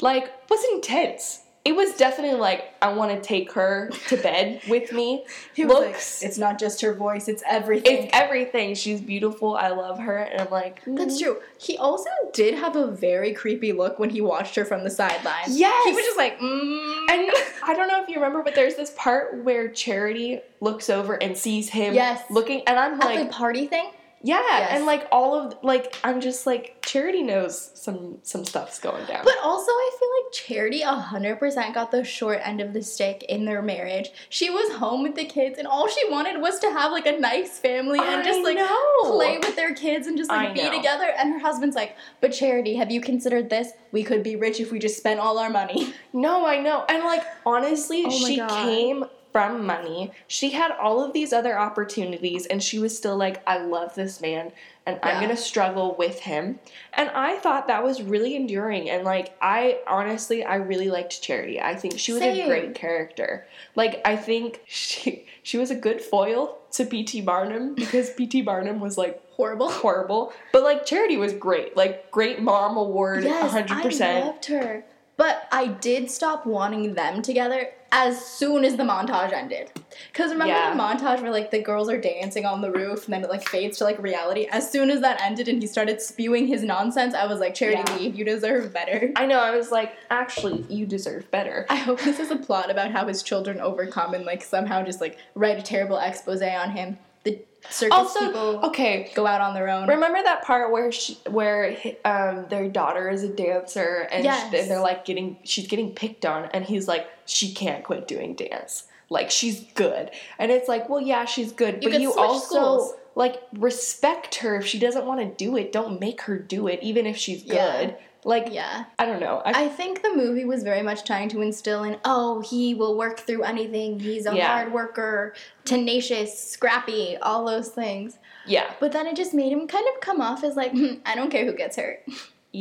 Speaker 1: Like, was intense. It was definitely like, I want to take her to bed with me. Looks.
Speaker 2: it's not just her voice; it's everything.
Speaker 1: it's everything. She's beautiful. I love her. And I'm like,
Speaker 2: That's
Speaker 1: mm.
Speaker 2: true. He also did have a very creepy look when he watched her from the sidelines.
Speaker 1: Yes.
Speaker 2: He was just like, mm.
Speaker 1: And I don't know if you remember, but there's this part where Charity looks over and sees him
Speaker 2: Yes.
Speaker 1: looking. And I'm
Speaker 2: at
Speaker 1: like,
Speaker 2: the party thing.
Speaker 1: yeah.
Speaker 2: Yes.
Speaker 1: And like, all of, like, I'm just like, Charity knows some some stuff's going down.
Speaker 2: But also, I feel like Charity 100% got the short end of the stick in their marriage. She was home with the kids, and all she wanted was to have like a nice family and just
Speaker 1: I
Speaker 2: like
Speaker 1: know.
Speaker 2: play with their kids and just like
Speaker 1: I
Speaker 2: be
Speaker 1: know.
Speaker 2: together. And her husband's like, But Charity, have you considered this? We could be rich if we just spent all our money.
Speaker 1: No, I know. And like honestly,
Speaker 2: Oh my
Speaker 1: she
Speaker 2: God.
Speaker 1: came from money. She had all of these other opportunities and she was still like, I love this man and I'm
Speaker 2: Yeah.
Speaker 1: gonna struggle with him. And I thought that was really enduring and like I honestly I really liked Charity. I think she was a
Speaker 2: Same.
Speaker 1: great character. Like I think she she was a good foil to PT Barnum because PT Barnum was like
Speaker 2: Horrible.
Speaker 1: horrible. But like Charity was great. Like great mom award
Speaker 2: Yes,
Speaker 1: hundred percent.
Speaker 2: I loved her. But I did stop wanting them together as soon as the montage ended. Cause remember
Speaker 1: Yeah.
Speaker 2: the montage where like the girls are dancing on the roof and then it like fades to like reality. As soon as that ended and he started spewing his nonsense, I was like, Charity
Speaker 1: Yeah.
Speaker 2: leave, you deserve better.
Speaker 1: I know. I was like, actually, you deserve better.
Speaker 2: I hope this is a plot about how his children overcome and like somehow just like write a terrible expose on him. The circus
Speaker 1: Also,
Speaker 2: people
Speaker 1: okay.
Speaker 2: go out on their own.
Speaker 1: Remember that part where she, where hi- um, their daughter is a dancer and,
Speaker 2: Yes.
Speaker 1: sh- and they're like getting she's getting picked on and he's like she can't quit doing dance like she's good and it's like well yeah she's good
Speaker 2: You
Speaker 1: but
Speaker 2: could
Speaker 1: you
Speaker 2: switch
Speaker 1: also
Speaker 2: schools.
Speaker 1: like respect her if she doesn't want to do it don't make her do it even if she's good
Speaker 2: Yeah.
Speaker 1: like
Speaker 2: yeah.
Speaker 1: I don't know I,
Speaker 2: I think the movie was very much trying to instill in, oh, he will work through anything. He's a
Speaker 1: Yeah.
Speaker 2: hard worker, tenacious, scrappy, all those things.
Speaker 1: yeah
Speaker 2: But then it just made him kind of come off as like, "Hmm, I don't care who gets hurt.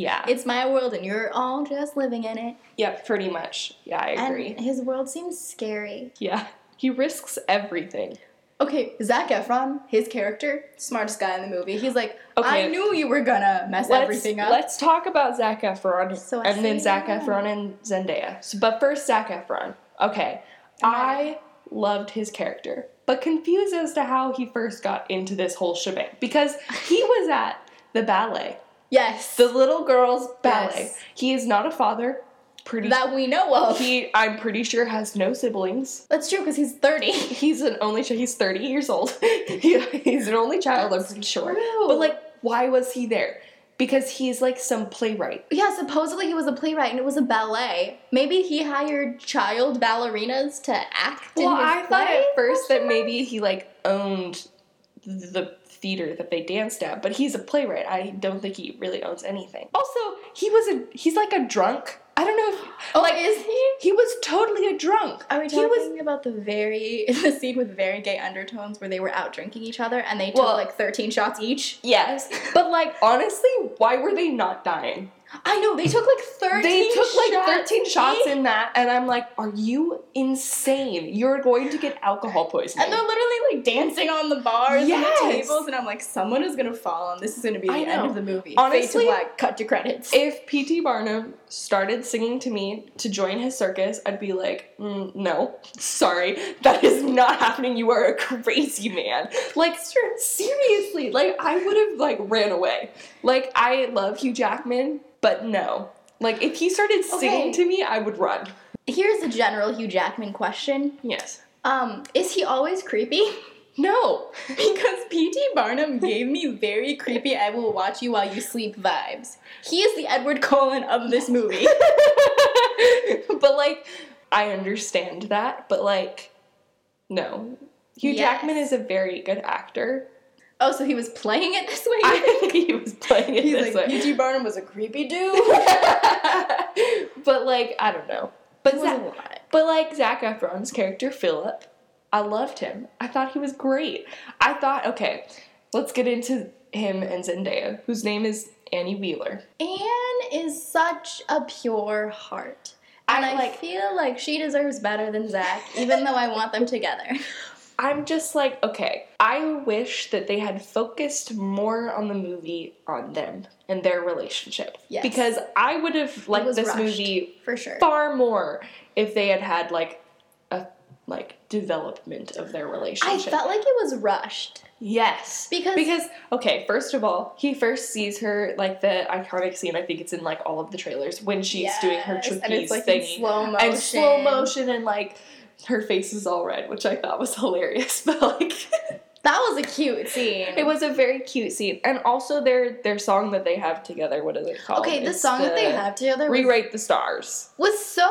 Speaker 1: yeah
Speaker 2: It's my world and you're all just living in it.
Speaker 1: yeah pretty much yeah I agree
Speaker 2: And his world seems scary.
Speaker 1: yeah he risks everything
Speaker 2: Okay, Zach Efron, his character, smartest guy in the movie. He's like, I
Speaker 1: Okay.
Speaker 2: knew you were gonna mess
Speaker 1: let's,
Speaker 2: everything up.
Speaker 1: Let's talk about Zach Efron
Speaker 2: So I
Speaker 1: and then
Speaker 2: say
Speaker 1: Zach
Speaker 2: yeah.
Speaker 1: Efron and Zendaya. So, but first, Zach Efron. Okay,
Speaker 2: I'm ready.
Speaker 1: I loved his character, but confused as to how he first got into this whole shebang because he was at the ballet,
Speaker 2: Yes.
Speaker 1: the little girls' ballet.
Speaker 2: Yes.
Speaker 1: He is not a father. Pretty
Speaker 2: that we know of.
Speaker 1: he, I'm pretty sure, has no siblings.
Speaker 2: That's true because he's 30.
Speaker 1: He's an only child. He's 30 years old. He- he's an only child, I'm pretty sure.
Speaker 2: true.
Speaker 1: But, like, why was he there? Because he's like some playwright.
Speaker 2: Yeah, supposedly he was a playwright and it was a ballet. Maybe he hired child ballerinas to act
Speaker 1: well,
Speaker 2: in his
Speaker 1: I thought
Speaker 2: play?
Speaker 1: at first that maybe he like owned the theater that they danced at, but he's a playwright. I don't think he really owns anything. Also, he was a he's like a drunk. I don't know if
Speaker 2: Oh, is he?
Speaker 1: he was totally a drunk.
Speaker 2: Are we
Speaker 1: He
Speaker 2: talking
Speaker 1: was
Speaker 2: about the very the scene with very gay undertones where they were out drinking each other and they took
Speaker 1: Well-
Speaker 2: like 13 shots each?
Speaker 1: yes, but like honestly, why were they not dying?
Speaker 2: I know they took like 13.
Speaker 1: They took like
Speaker 2: shots
Speaker 1: 13 shots
Speaker 2: each.
Speaker 1: in that and I'm like, "Are you insane? You're going to get alcohol poisoning."
Speaker 2: And they're literally like dancing on the bars and the
Speaker 1: Yes.
Speaker 2: tables, and I'm like, someone is gonna fall, and this is gonna be the
Speaker 1: I
Speaker 2: end
Speaker 1: know.
Speaker 2: of the movie. Fade
Speaker 1: Honestly-
Speaker 2: to black, cut to credits.
Speaker 1: If P.T. Barnum started singing to me to join his circus, I'd be like, mm, no, sorry, that is not happening. You are a crazy man. Like, ser- seriously, like, I would have, like, ran away. Like, I love Hugh Jackman, but no. Like, if he started
Speaker 2: Okay.
Speaker 1: singing to me, I would run.
Speaker 2: Here's a general Hugh Jackman question:
Speaker 1: Yes.
Speaker 2: um, Is he always creepy?
Speaker 1: No.
Speaker 2: Because P.T. Barnum gave me very creepy I will watch you while you sleep vibes. He is the Edward Cullen of this movie.
Speaker 1: but, like, I understand that, but, like, no. Hugh
Speaker 2: Yes.
Speaker 1: Jackman is a very good actor.
Speaker 2: oh, so he was playing it this way?
Speaker 1: I think he was playing it
Speaker 2: He's
Speaker 1: this
Speaker 2: like,
Speaker 1: way.
Speaker 2: P.T. Barnum was a creepy dude.
Speaker 1: but like, I don't know. But
Speaker 2: It was a
Speaker 1: Zac-
Speaker 2: lot.
Speaker 1: but like Zach Efron's character Philip, I loved him. I thought he was great. I thought, okay, let's get into him and Zendaya, whose name is Annie Wheeler.
Speaker 2: Anne is such a pure heart. And I,
Speaker 1: like-
Speaker 2: feel like she deserves better than Zach, even though I want them together.
Speaker 1: I'm just like, okay, I wish that they had focused more on the movie on them and their relationship.
Speaker 2: Yes.
Speaker 1: Because I would have liked
Speaker 2: was
Speaker 1: this
Speaker 2: rushed.
Speaker 1: movie
Speaker 2: For sure.
Speaker 1: far more if they had had like a like development of their relationship.
Speaker 2: I felt like it was rushed.
Speaker 1: yes,
Speaker 2: Because-
Speaker 1: because okay, first of all, he first sees her like the iconic scene. I think it's in like all of the trailers when she's doing her
Speaker 2: Yes,
Speaker 1: trapeze
Speaker 2: and it's like in
Speaker 1: thingy
Speaker 2: slow motion.
Speaker 1: and slow motion and like her face is all red, which I thought was hilarious. But like,
Speaker 2: That was a cute scene.
Speaker 1: it was a very cute scene, and also their their song that they have together. What is it called?
Speaker 2: Okay, the
Speaker 1: It's
Speaker 2: song that they have together was
Speaker 1: Rewrite the stars.
Speaker 2: was so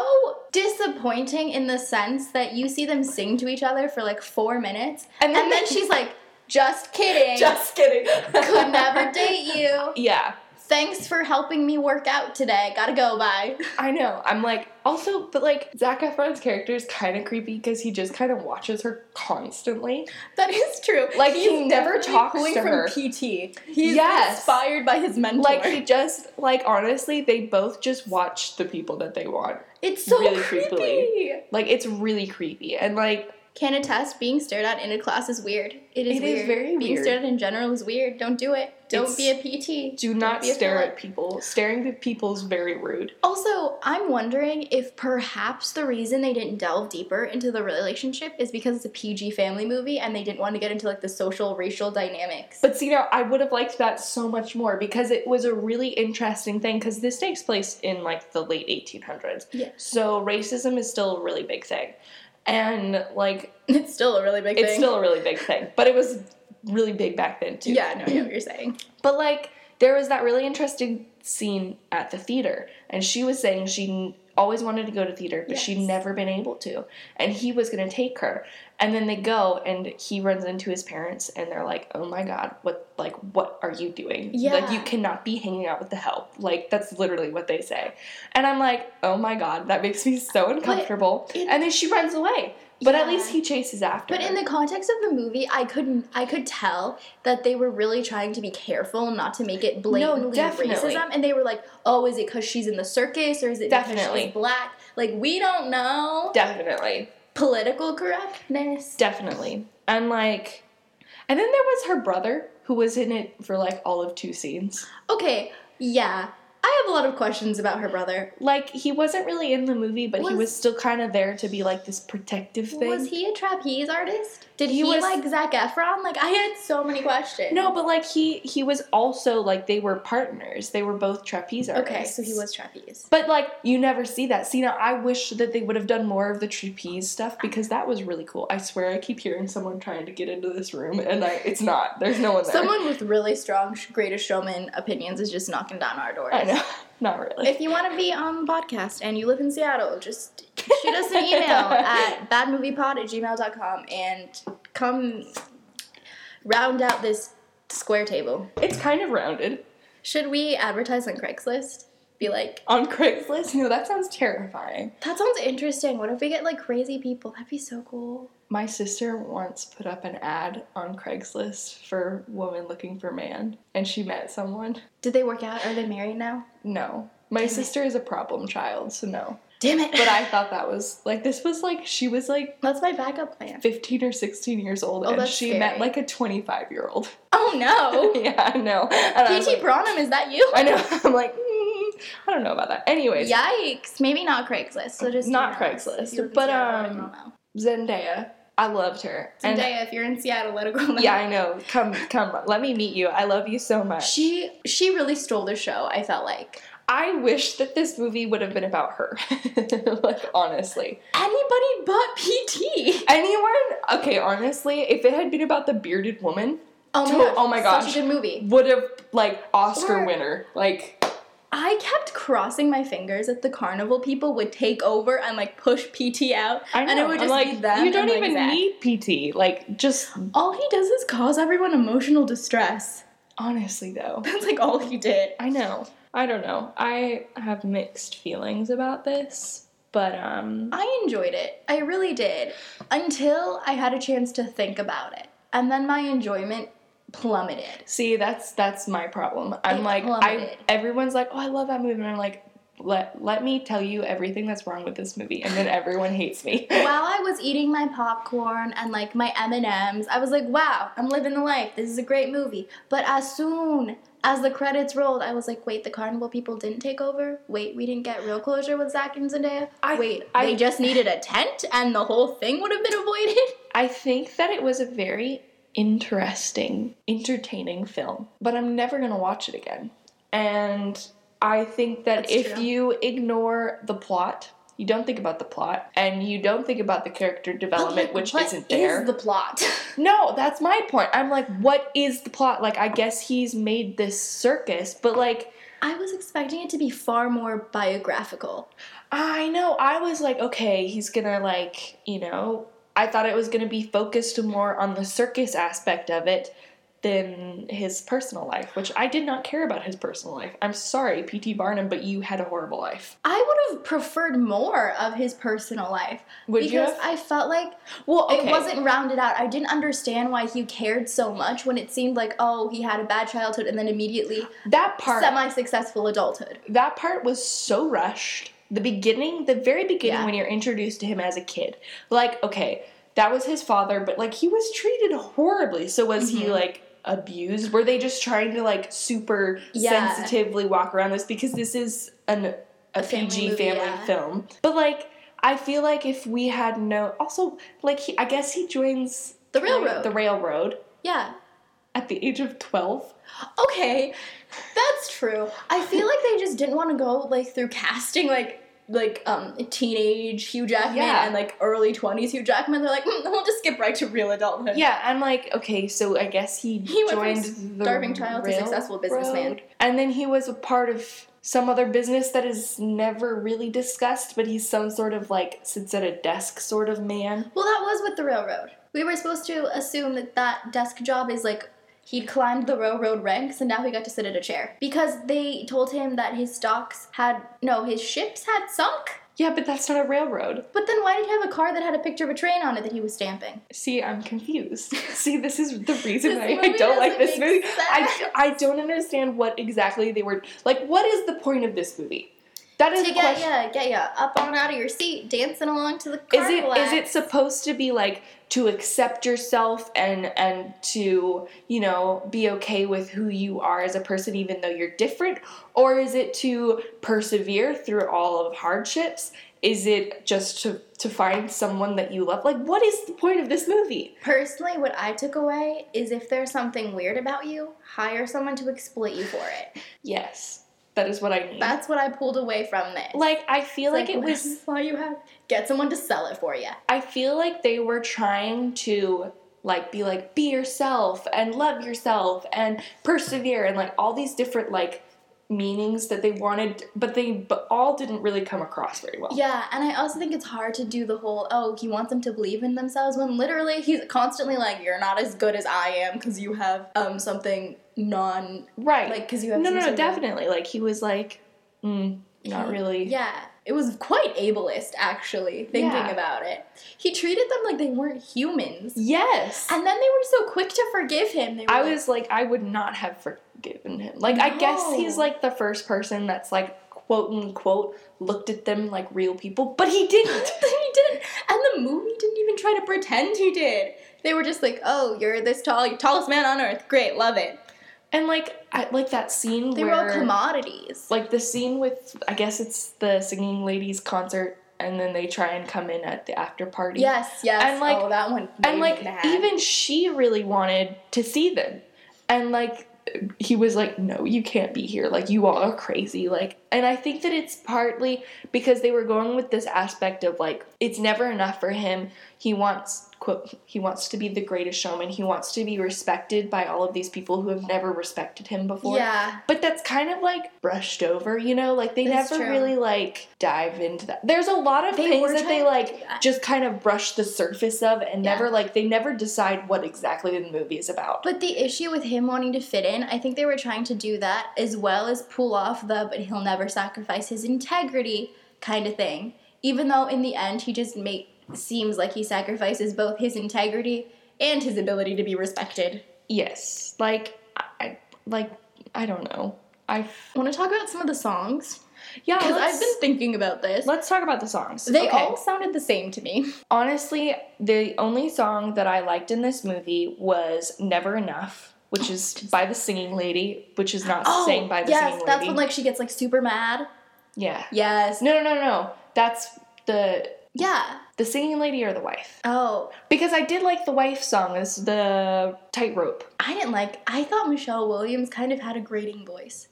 Speaker 2: disappointing in the sense that you see them sing to each other for like four minutes,
Speaker 1: And
Speaker 2: and then,
Speaker 1: then-
Speaker 2: she's like, "Just kidding,
Speaker 1: Just kidding.
Speaker 2: could never date you.
Speaker 1: Yeah,
Speaker 2: Thanks for helping me work out today. Gotta go, bye."
Speaker 1: I know. I'm like, also, but like, Zac Efron's character is kind of creepy because he just kind of watches her constantly.
Speaker 2: That is true.
Speaker 1: Like, he never
Speaker 2: definitely
Speaker 1: talks
Speaker 2: pulling
Speaker 1: to
Speaker 2: from
Speaker 1: her.
Speaker 2: PT. He's
Speaker 1: Yes.
Speaker 2: inspired by his mentor.
Speaker 1: Like, he just, like, honestly, they both just watch the people that they want.
Speaker 2: it's so
Speaker 1: really
Speaker 2: creepy.
Speaker 1: creepily. Like, it's really creepy. And, like,
Speaker 2: Can attest being stared at in a class is weird. It is
Speaker 1: It
Speaker 2: weird.
Speaker 1: is very
Speaker 2: Being
Speaker 1: weird.
Speaker 2: stared at in general is weird. Don't do it. Don't
Speaker 1: It's-
Speaker 2: be a PT.
Speaker 1: do
Speaker 2: Don't
Speaker 1: not
Speaker 2: be a
Speaker 1: stare
Speaker 2: Philip.
Speaker 1: at people. Staring at people is very rude.
Speaker 2: Also, I'm wondering if perhaps the reason they didn't delve deeper into the relationship is because it's a PG family movie and they didn't want to get into like the social racial dynamics.
Speaker 1: But see, now I would have liked that so much more because it was a really interesting thing because this takes place in like the late 1800s.
Speaker 2: Yeah.
Speaker 1: So racism is still a really big thing. And like,
Speaker 2: it's still a really big thing.
Speaker 1: it's still a really big thing, but it was really big back then too.
Speaker 2: Yeah, no, I know what you're saying.
Speaker 1: But like, there was that really interesting scene at the theater, and she was saying she n- always wanted to go to theater, but she'd
Speaker 2: Yes.
Speaker 1: never been able to, and he was gonna take her. And then they go, and he runs into his parents, and they're like, "Oh my god, what? Like, what are you doing?
Speaker 2: Yeah.
Speaker 1: Like, you cannot be hanging out with the help. Like, that's literally what they say." And I'm like, "Oh my god, that makes me so uncomfortable."
Speaker 2: it-
Speaker 1: and then she runs away. But at
Speaker 2: Yeah.
Speaker 1: least he chases after.
Speaker 2: But
Speaker 1: her.
Speaker 2: in the context of the movie, I couldn't I could tell that they were really trying to be careful not to make it blatantly
Speaker 1: definitely.
Speaker 2: racism and they were like, "Oh, is it cuz she's in the circus or is it because
Speaker 1: Definitely.
Speaker 2: she's black?" Like, we don't know.
Speaker 1: definitely.
Speaker 2: Political correctness.
Speaker 1: Definitely. And like, and then there was her brother who was in it for like all of two scenes.
Speaker 2: Okay, yeah. I have a lot of questions about her brother.
Speaker 1: Like he wasn't really in the movie, but he
Speaker 2: Was-
Speaker 1: was still kind of there to be like this protective thing.
Speaker 2: Was he a trapeze artist? Did
Speaker 1: He
Speaker 2: he,
Speaker 1: was-
Speaker 2: like Zach Efron? Like I had so many questions.
Speaker 1: no, but like he he was also like they were partners. They were both trapeze artists.
Speaker 2: Okay, so he was trapeze.
Speaker 1: But like you never see that. See now, I wish that they would have done more of the trapeze stuff because that was really cool. I swear, I keep hearing someone trying to get into this room, and I, it's not. There's no one there.
Speaker 2: Someone with really strong sh- greatest showman opinions is just knocking down our doors.
Speaker 1: I know, not really.
Speaker 2: If you want to be on the podcast and you live in Seattle, just shoot us an email at badmoviepod at gmail.com and come round out this square table.
Speaker 1: It's kind of rounded
Speaker 2: Should we advertise on Craigslist? Be like,
Speaker 1: on Craigslist. No, that sounds terrifying.
Speaker 2: that sounds interesting. What if we get like crazy people? That'd be so cool.
Speaker 1: My sister once put up an ad on Craigslist for woman looking for man, and she met someone.
Speaker 2: Did they work out? Are they married now?
Speaker 1: No, my sister is a problem child, so no.
Speaker 2: Damn it.
Speaker 1: But I thought that was like this was like she was like
Speaker 2: That's my backup plan.
Speaker 1: 15 or 16 years old
Speaker 2: Oh,
Speaker 1: and
Speaker 2: that's
Speaker 1: she
Speaker 2: scary.
Speaker 1: met like a 25 year old.
Speaker 2: Oh no.
Speaker 1: yeah, I know. And I, was
Speaker 2: PT
Speaker 1: like,
Speaker 2: Bronham, is that you?
Speaker 1: I know. I'm like, mm, I don't know about that. Anyways,
Speaker 2: Yikes. Maybe not Craigslist. So just
Speaker 1: Not
Speaker 2: email us if
Speaker 1: Craigslist,
Speaker 2: you live in
Speaker 1: but,
Speaker 2: Seattle,
Speaker 1: um,
Speaker 2: let a girl know.
Speaker 1: Zendaya, I loved her. And-
Speaker 2: Zendaya, if you're in Seattle, let it go.
Speaker 1: yeah, I know. Come, come, let me meet you. I love you so much.
Speaker 2: She she really stole the show. I felt like
Speaker 1: I wish that this movie would have been about her. like, honestly.
Speaker 2: anybody but PT.
Speaker 1: Anyone, okay, honestly, if it had been about the bearded woman,
Speaker 2: Oh my
Speaker 1: To-
Speaker 2: gosh,
Speaker 1: oh my gosh.
Speaker 2: such a good movie.
Speaker 1: would have, like, Oscar
Speaker 2: Or-
Speaker 1: winner. Like,
Speaker 2: I kept crossing my fingers that the carnival people would take over and like push PT out,
Speaker 1: I know.
Speaker 2: and it would
Speaker 1: I'm
Speaker 2: just
Speaker 1: like,
Speaker 2: be them.
Speaker 1: you don't
Speaker 2: and, like,
Speaker 1: even
Speaker 2: Zac.
Speaker 1: need PT. Like, just
Speaker 2: All he does is cause everyone emotional distress.
Speaker 1: honestly, though.
Speaker 2: That's like all he did.
Speaker 1: I know. I don't know. I have mixed feelings about this, but um
Speaker 2: I enjoyed it. I really did. Until I had a chance to think about it. And then my enjoyment plummeted.
Speaker 1: see that's that's my problem. I'm
Speaker 2: It
Speaker 1: like I
Speaker 2: plummeted.
Speaker 1: everyone's like, "Oh, I love that movie." And I'm like, "Let let me tell you everything that's wrong with this movie." And then everyone hates me.
Speaker 2: While I was eating my popcorn and like my M&Ms, I was like, "Wow, I'm living the life. This is a great movie." But as soon as the credits rolled, I was like, "Wait, the carnival people didn't take over? Wait, we didn't get real closure with Zack and Zendaya?
Speaker 1: I-
Speaker 2: Wait,
Speaker 1: I-
Speaker 2: they just needed a tent and the whole thing would have been avoided?"
Speaker 1: I think that it was a very interesting, entertaining film, but I'm never going to watch it again. And I think that
Speaker 2: That's
Speaker 1: if
Speaker 2: true.
Speaker 1: you ignore the plot, you don't think about the plot, and you don't think about the character development, which
Speaker 2: is
Speaker 1: isn't there.
Speaker 2: is the plot?
Speaker 1: No, that's my point. I'm like, what is the plot? Like, I guess he's made this circus, but like,
Speaker 2: I was expecting it to be far more biographical.
Speaker 1: I know. I was like, okay, he's gonna like, you know, I thought it was gonna be focused more on the circus aspect of it than his personal life, which I did not care about his personal life. I'm sorry, P.T. Barnum, but you had a horrible life.
Speaker 2: I would have preferred more of his personal life
Speaker 1: Would you
Speaker 2: because
Speaker 1: have?
Speaker 2: I felt like
Speaker 1: Well,
Speaker 2: it wasn't rounded out. I didn't understand why he cared so much when it seemed like oh he had a bad childhood and then immediately
Speaker 1: that part.
Speaker 2: semi-successful adulthood.
Speaker 1: that part was so rushed. The beginning, the very beginning,
Speaker 2: Yeah.
Speaker 1: when you're introduced to him as a kid, like, okay, that was his father, but like he was treated horribly. So was he
Speaker 2: Mhm.
Speaker 1: like abused? Were they just trying to like super
Speaker 2: Yeah.
Speaker 1: sensitively walk around this because this is an a,
Speaker 2: family
Speaker 1: PG
Speaker 2: movie,
Speaker 1: family
Speaker 2: yeah.
Speaker 1: film? But like, I feel like if we had no, also like he, I guess he joins
Speaker 2: The railroad.
Speaker 1: the railroad
Speaker 2: yeah.
Speaker 1: at the age of twelve.
Speaker 2: Okay, that's true. I feel like they just didn't want to go like through casting like like um teenage Hugh Jackman
Speaker 1: Yeah.
Speaker 2: and like early twenties Hugh Jackman. They're like mm, we'll just skip right to real adulthood.
Speaker 1: Yeah, I'm like, okay, so I guess he,
Speaker 2: He went from
Speaker 1: joined the
Speaker 2: starving child to successful businessman.
Speaker 1: railroad, and then he was a part of some other business that is never really discussed, but he's some sort of like sits at a desk sort of man.
Speaker 2: Well, that was with the railroad. We were supposed to assume that that desk job is like he'd climbed the railroad ranks and now he got to sit at a chair because they told him that his stocks had no, his ships had sunk.
Speaker 1: Yeah, but that's not a railroad.
Speaker 2: But then why did he have a car that had a picture of a train on it that he was stamping?
Speaker 1: See, I'm confused. See, this is the reason
Speaker 2: This
Speaker 1: why I
Speaker 2: movie
Speaker 1: don't like this
Speaker 2: doesn't make
Speaker 1: movie. I,
Speaker 2: sense.
Speaker 1: I don't understand what exactly they were like. What is the point of this movie? That is
Speaker 2: to
Speaker 1: a
Speaker 2: get
Speaker 1: question.
Speaker 2: ya, get ya up on out of your seat, dancing along to the
Speaker 1: Is it
Speaker 2: carnival
Speaker 1: is it
Speaker 2: act.
Speaker 1: supposed to be like to accept yourself and and to you know be okay with who you are as a person even though you're different, or is it to persevere through all of hardships? Is it just to to find someone that you love? Like, what is the point of this movie?
Speaker 2: Personally, what I took away is if there's something weird about you, hire someone to exploit you for it.
Speaker 1: Yes, that is what I need.
Speaker 2: That's what I pulled away from this.
Speaker 1: like, I feel
Speaker 2: It's
Speaker 1: like it was
Speaker 2: whatever flaw you have, get someone to sell it for you.
Speaker 1: I feel like they were trying to like be like be yourself and love yourself and persevere and like all these different like meanings that they wanted but they but all didn't really come across very well.
Speaker 2: Yeah, and I also think it's hard to do the whole, oh, he wants them to believe in themselves when literally he's constantly like, you're not as good as I am because you have um something non.
Speaker 1: Right.
Speaker 2: Like, 'cause you have
Speaker 1: No, no,
Speaker 2: some
Speaker 1: no,
Speaker 2: sort of-
Speaker 1: definitely. Like he was like mm, not really.
Speaker 2: Yeah, it was quite ableist actually, thinking
Speaker 1: Yeah.
Speaker 2: about it. He treated them like they weren't humans.
Speaker 1: Yes.
Speaker 2: And then they were so quick to forgive him. They were
Speaker 1: I
Speaker 2: like,
Speaker 1: was like I would not have forgiven him. Like I guess he's
Speaker 2: No.
Speaker 1: like the first person that's like quote unquote looked at them like real people, but he didn't.
Speaker 2: But he didn't. And the movie didn't even try to pretend he did. They were just like, oh, you're this tall, you're tallest man on earth. Great, love it.
Speaker 1: And like I, like that scene
Speaker 2: They
Speaker 1: where
Speaker 2: were all commodities.
Speaker 1: like the scene with I guess it's the singing ladies concert and then they try and come in at the after party.
Speaker 2: Yes, yes.
Speaker 1: And, like-
Speaker 2: oh, that one. made
Speaker 1: And
Speaker 2: me
Speaker 1: like
Speaker 2: mad.
Speaker 1: even she really wanted to see them. And like he was like, No, you can't be here. Like you all are crazy. Like and I think that it's partly because they were going with this aspect of like it's never enough for him. He wants quote he wants to be the greatest showman. He wants to be respected by all of these people who have never respected him before.
Speaker 2: Yeah.
Speaker 1: But that's kind of like brushed over, you know? Like they
Speaker 2: That's
Speaker 1: never
Speaker 2: true.
Speaker 1: really like dive into that. There's a lot of
Speaker 2: They
Speaker 1: things
Speaker 2: were
Speaker 1: that they
Speaker 2: trying-
Speaker 1: like
Speaker 2: yeah.
Speaker 1: just kind of brush the surface of and
Speaker 2: Yeah.
Speaker 1: never like they never decide what exactly the movie is about.
Speaker 2: But the issue with him wanting to fit in, I think they were trying to do that as well as pull off the but he'll never sacrifice his integrity kind of thing. Even though in the end he just make seems like he sacrifices both his integrity and his ability to be respected.
Speaker 1: yes. Like I like I don't know. I
Speaker 2: Want to talk about some of the songs?
Speaker 1: Yeah,
Speaker 2: Because
Speaker 1: let's,
Speaker 2: I've been thinking about this.
Speaker 1: let's talk about the songs.
Speaker 2: They
Speaker 1: Okay.
Speaker 2: all sounded the same to me.
Speaker 1: Honestly, the only song that I liked in this movie was Never Enough, which is by the singing lady, which is not sang by the
Speaker 2: Oh, yes,
Speaker 1: singing lady.
Speaker 2: that's when like she gets like super mad.
Speaker 1: Yeah.
Speaker 2: Yes.
Speaker 1: No, no, no, no, no. That's the
Speaker 2: Yeah.
Speaker 1: the singing lady or the wife.
Speaker 2: Oh,
Speaker 1: Because I did like the wife song. It's the tightrope.
Speaker 2: I didn't like. I thought Michelle Williams kind of had a grating voice.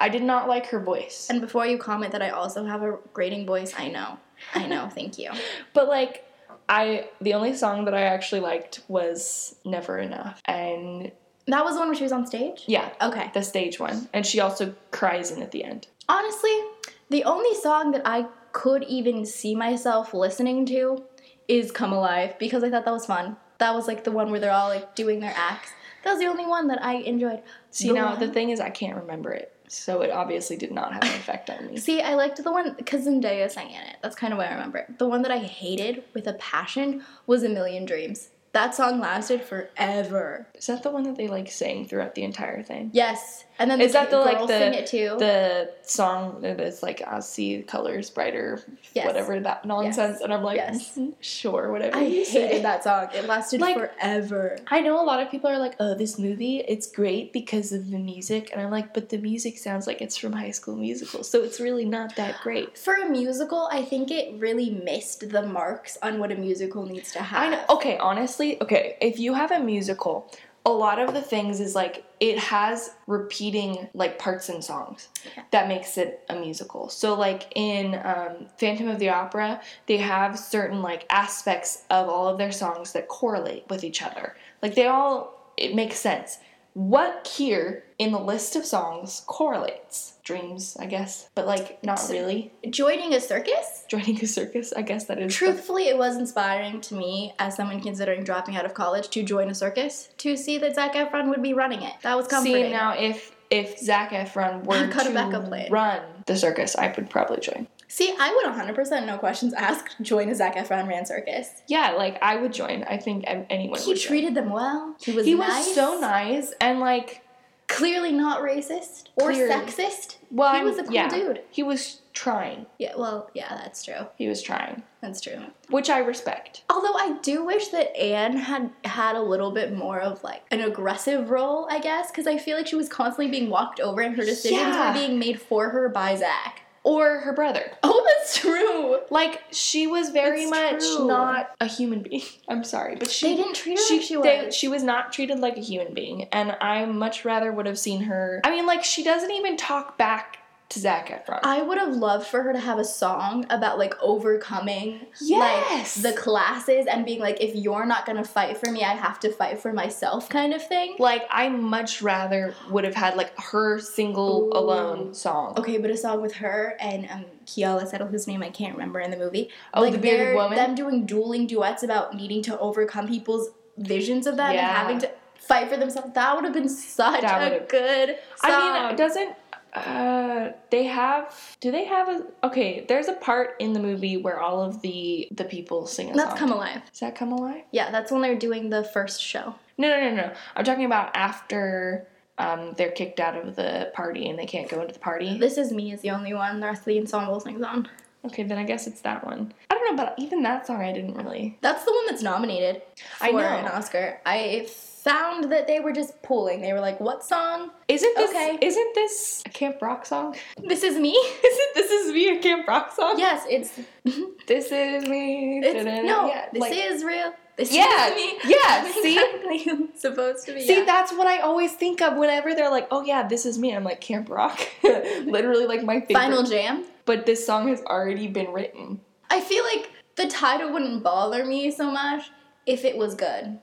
Speaker 1: I did not like her voice.
Speaker 2: And before you comment that I also have a grating voice, I know. I know. Thank you.
Speaker 1: But like I the only song that I actually liked was Never Enough. And
Speaker 2: That was the one where she was on stage.
Speaker 1: yeah,
Speaker 2: Okay.
Speaker 1: the stage one. And she also cries in at the end.
Speaker 2: Honestly, the only song that I could even see myself listening to is "Come Alive" because I thought that was fun. That was like the one where they're all like doing their acts. That was the only one that I enjoyed.
Speaker 1: See
Speaker 2: The
Speaker 1: now
Speaker 2: one-
Speaker 1: the thing is I can't remember it. So it obviously did not have an effect on me.
Speaker 2: See, I liked the one because Zendaya sang in it. That's kind of what I remember. The one that I hated with a passion was A Million Dreams. That song lasted forever.
Speaker 1: Is that the one that they like sang throughout the entire thing?
Speaker 2: Yes, and then
Speaker 1: Is
Speaker 2: the
Speaker 1: that
Speaker 2: ki-
Speaker 1: the like
Speaker 2: girls
Speaker 1: the
Speaker 2: sing it too?
Speaker 1: the song that is like I see colors brighter,
Speaker 2: Yes.
Speaker 1: whatever that nonsense, and I'm like,
Speaker 2: Yes.
Speaker 1: "Mhm, sure, whatever.
Speaker 2: I
Speaker 1: you say."
Speaker 2: hated that song. It lasted
Speaker 1: Like-
Speaker 2: forever.
Speaker 1: I know a lot of people are like, oh, this movie, it's great because of the music, and I'm like, but the music sounds like it's from High School Musical, so it's really not that great.
Speaker 2: For a musical, I think it really missed the marks on what a musical needs to have.
Speaker 1: I know. Okay, honestly, okay, if you have a musical, a lot of the things is like it has repeating like parts and songs that makes it a musical. So like in um, Phantom of the Opera, they have certain like aspects of all of their songs that correlate with each other. Like they all it makes sense. What here in the list of songs correlates? Dreams, I guess, but like not really.
Speaker 2: Joining a circus?
Speaker 1: Joining a circus, I guess that is the-
Speaker 2: Truthfully, it was inspiring to me as someone considering dropping out of college to join a circus to see that Zac Efron would be running it. That was comforting.
Speaker 1: See now, if if Zac Efron were
Speaker 2: Cut
Speaker 1: to
Speaker 2: a backup plan.
Speaker 1: run the circus, I would probably join.
Speaker 2: See, I would 100% no questions asked join a Zac Efron ran circus.
Speaker 1: Yeah, like I would join. I think an- anyone
Speaker 2: He
Speaker 1: would. join.
Speaker 2: treated them well. He was
Speaker 1: He
Speaker 2: nice.
Speaker 1: was so nice and like
Speaker 2: Clearly not racist or
Speaker 1: Clearly.
Speaker 2: sexist.
Speaker 1: Well,
Speaker 2: He
Speaker 1: I'm-
Speaker 2: was a cool
Speaker 1: yeah.
Speaker 2: dude.
Speaker 1: He was trying.
Speaker 2: Yeah, well, yeah, that's true.
Speaker 1: He was trying,
Speaker 2: That's true.
Speaker 1: which I respect.
Speaker 2: Although I do wish that Anne had had a little bit more of like an aggressive role, I guess, because I feel like she was constantly being walked over and her decisions
Speaker 1: Yeah.
Speaker 2: were being made for her by Zach.
Speaker 1: Or her brother.
Speaker 2: Oh, that's true.
Speaker 1: Like she was very
Speaker 2: That's
Speaker 1: much
Speaker 2: true.
Speaker 1: not a human being. I'm sorry, but she
Speaker 2: They didn't treat her
Speaker 1: she
Speaker 2: like she was.
Speaker 1: they- she was not treated like a human being, and I much rather would have seen her. I mean, like she doesn't even talk back to Zac Efron.
Speaker 2: I would have loved for her to have a song about like overcoming
Speaker 1: Yes.
Speaker 2: like the classes and being like if you're not going to fight for me I have to fight for myself kind of thing.
Speaker 1: like I much rather would have had like her single
Speaker 2: Ooh.
Speaker 1: alone song.
Speaker 2: Okay, but a song with her and um Kiala Settle, whose name I can't remember in the movie.
Speaker 1: Oh, the bearded
Speaker 2: they're-
Speaker 1: woman?
Speaker 2: Them doing dueling duets about needing to overcome people's visions of them
Speaker 1: Yeah.
Speaker 2: and having to fight for themselves. That would have been such
Speaker 1: That
Speaker 2: a
Speaker 1: would've-
Speaker 2: good song.
Speaker 1: I mean, doesn't uh they have do they have a okay, there's a part in the movie where all of the the people sing a
Speaker 2: Let's
Speaker 1: song.
Speaker 2: come alive.
Speaker 1: Does that come alive?
Speaker 2: Yeah, that's when they're doing the first show.
Speaker 1: No, no, no, no. I'm talking about after um they're kicked out of the party and they can't go into the party.
Speaker 2: This is me is the only one. The rest of the ensemble sings on.
Speaker 1: Okay, then I guess it's that one. I don't know, but even that song I didn't really.
Speaker 2: That's the one that's nominated for
Speaker 1: I know.
Speaker 2: an Oscar. I found that they were just pooling. They were like, "What song?
Speaker 1: Isn't this
Speaker 2: Okay.
Speaker 1: isn't this a Camp Rock song?
Speaker 2: This is me."
Speaker 1: Isn't this is me a Camp Rock song?
Speaker 2: yes, it's
Speaker 1: This is me.
Speaker 2: It's,
Speaker 1: Da-da-da.
Speaker 2: no,
Speaker 1: Yeah,
Speaker 2: this
Speaker 1: like-
Speaker 2: is real. This
Speaker 1: Yeah,
Speaker 2: is me.
Speaker 1: yeah,
Speaker 2: I'm
Speaker 1: see?
Speaker 2: exactly who I'm supposed to be.
Speaker 1: See,
Speaker 2: yeah.
Speaker 1: that's what I always think of whenever they're like, "Oh yeah, this is me." I'm like Camp Rock, literally like my favorite.
Speaker 2: final jam.
Speaker 1: but this song has already been written.
Speaker 2: I feel like the title wouldn't bother me so much if it was good,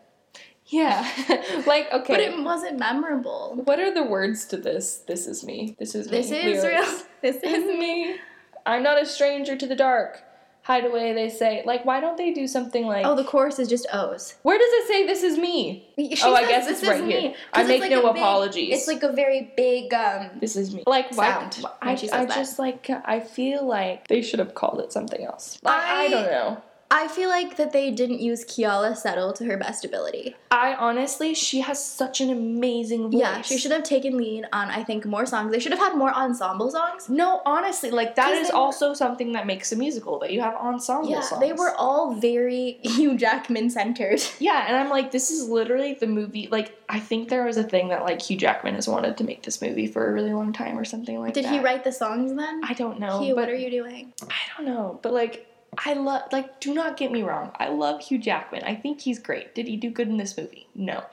Speaker 1: Yeah, like okay.
Speaker 2: but it wasn't memorable.
Speaker 1: what are the words to this? This is me. This is me.
Speaker 2: This is
Speaker 1: lyrics?
Speaker 2: real. This is
Speaker 1: This is me. I'm not a stranger to the dark. Hideaway, they say. Like, why don't they do something like?
Speaker 2: oh, the chorus is just O's.
Speaker 1: where does it say this is me?
Speaker 2: She
Speaker 1: oh, I
Speaker 2: says,
Speaker 1: guess
Speaker 2: "This
Speaker 1: it's
Speaker 2: is
Speaker 1: right
Speaker 2: me,"
Speaker 1: here.
Speaker 2: 'cause
Speaker 1: I
Speaker 2: it's
Speaker 1: make
Speaker 2: like
Speaker 1: no
Speaker 2: a big-
Speaker 1: apologies.
Speaker 2: It's like a very big um.
Speaker 1: This is me. Like why?
Speaker 2: Sound
Speaker 1: why-
Speaker 2: when
Speaker 1: I,
Speaker 2: she says
Speaker 1: I
Speaker 2: that.
Speaker 1: just like I feel like they should have called it something else. Like, I,
Speaker 2: I-
Speaker 1: don't know.
Speaker 2: I feel like that they didn't use Kiala Settle to her best ability.
Speaker 1: I honestly, she has such an amazing voice.
Speaker 2: Yeah, she should have taken lead on I think more songs. They should have had more ensemble songs.
Speaker 1: No, honestly, like that
Speaker 2: 'Cause
Speaker 1: is
Speaker 2: they were-
Speaker 1: also something that makes a musical that you have ensemble
Speaker 2: Yeah,
Speaker 1: songs.
Speaker 2: they were all very Hugh Jackman centered.
Speaker 1: Yeah, and I'm like, this is literally the movie. Like, I think there was a thing that like Hugh Jackman has wanted to make this movie for a really long time or something like
Speaker 2: Did
Speaker 1: that.
Speaker 2: he write the songs then?
Speaker 1: I don't know.
Speaker 2: Hugh,
Speaker 1: but
Speaker 2: what are you doing?
Speaker 1: I don't know, but like I love like do not get me wrong. I love Hugh Jackman. I think he's great. Did he do good in this movie? No.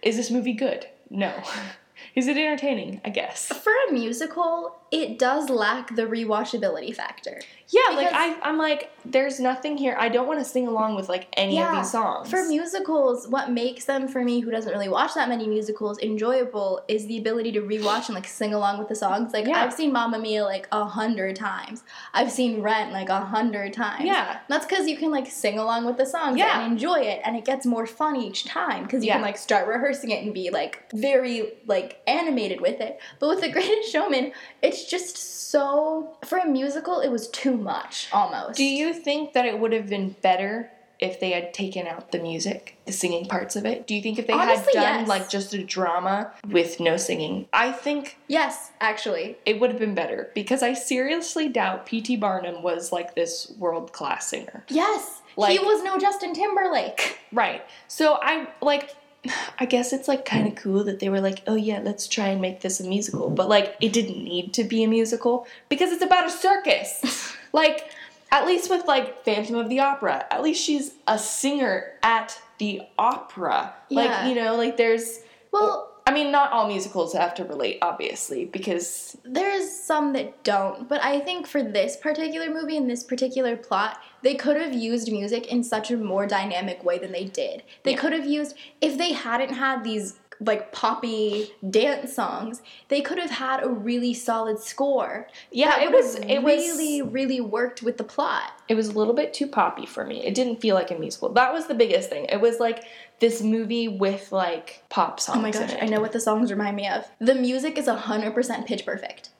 Speaker 1: Is this movie good? No. Is it entertaining? I guess.
Speaker 2: For a musical, it does lack the rewatchability factor.
Speaker 1: Yeah, like
Speaker 2: Because-
Speaker 1: I I'm like there's nothing here. I don't want to sing along with like any of these songs.
Speaker 2: For musicals, what makes them for me, who doesn't really watch that many musicals, enjoyable is the ability to rewatch and like sing along with the songs. Like
Speaker 1: Yeah.
Speaker 2: I've seen Mamma Mia like a hundred times. I've seen Rent like a hundred times.
Speaker 1: Yeah.
Speaker 2: That's because you can like sing along with the songs
Speaker 1: Yeah.
Speaker 2: and enjoy it, and it gets more fun each time because you
Speaker 1: Yeah.
Speaker 2: can like start rehearsing it and be like very like animated with it. But with The Greatest Showman, it's just so for a musical, it was too much almost.
Speaker 1: Do you think that it would have been better if they had taken out the music, the singing parts of it? Do you think if they
Speaker 2: Honestly,
Speaker 1: had done
Speaker 2: yes.
Speaker 1: like just a drama with no singing? I think
Speaker 2: Yes, actually.
Speaker 1: it would have been better because I seriously doubt P.T. Barnum was like this world class singer.
Speaker 2: Yes.
Speaker 1: Like-
Speaker 2: he was no Justin Timberlake.
Speaker 1: Right. So I like I guess it's like kind of cool that they were like, "Oh yeah, let's try and make this a musical." But like it didn't need to be a musical because it's about a circus. like at least with like Phantom of the Opera, at least she's a singer at the opera.
Speaker 2: Yeah.
Speaker 1: Like, you know, like there's
Speaker 2: Well,
Speaker 1: I mean, not all musicals have to relate, obviously, because
Speaker 2: there's some that don't, but I think for this particular movie and this particular plot, they could have used music in such a more dynamic way than they did. They
Speaker 1: Yeah.
Speaker 2: could have used if they hadn't had these like poppy dance songs, they could have had a really solid score.
Speaker 1: yeah,
Speaker 2: that
Speaker 1: it
Speaker 2: would
Speaker 1: was
Speaker 2: have
Speaker 1: it
Speaker 2: really
Speaker 1: was
Speaker 2: really worked with the plot.
Speaker 1: it was a little bit too poppy for me. It didn't feel like a musical. That was the biggest thing. It was like this movie with like pop songs.
Speaker 2: Oh my gosh,
Speaker 1: in it.
Speaker 2: I know what the songs remind me of. The music is 100% pitch perfect.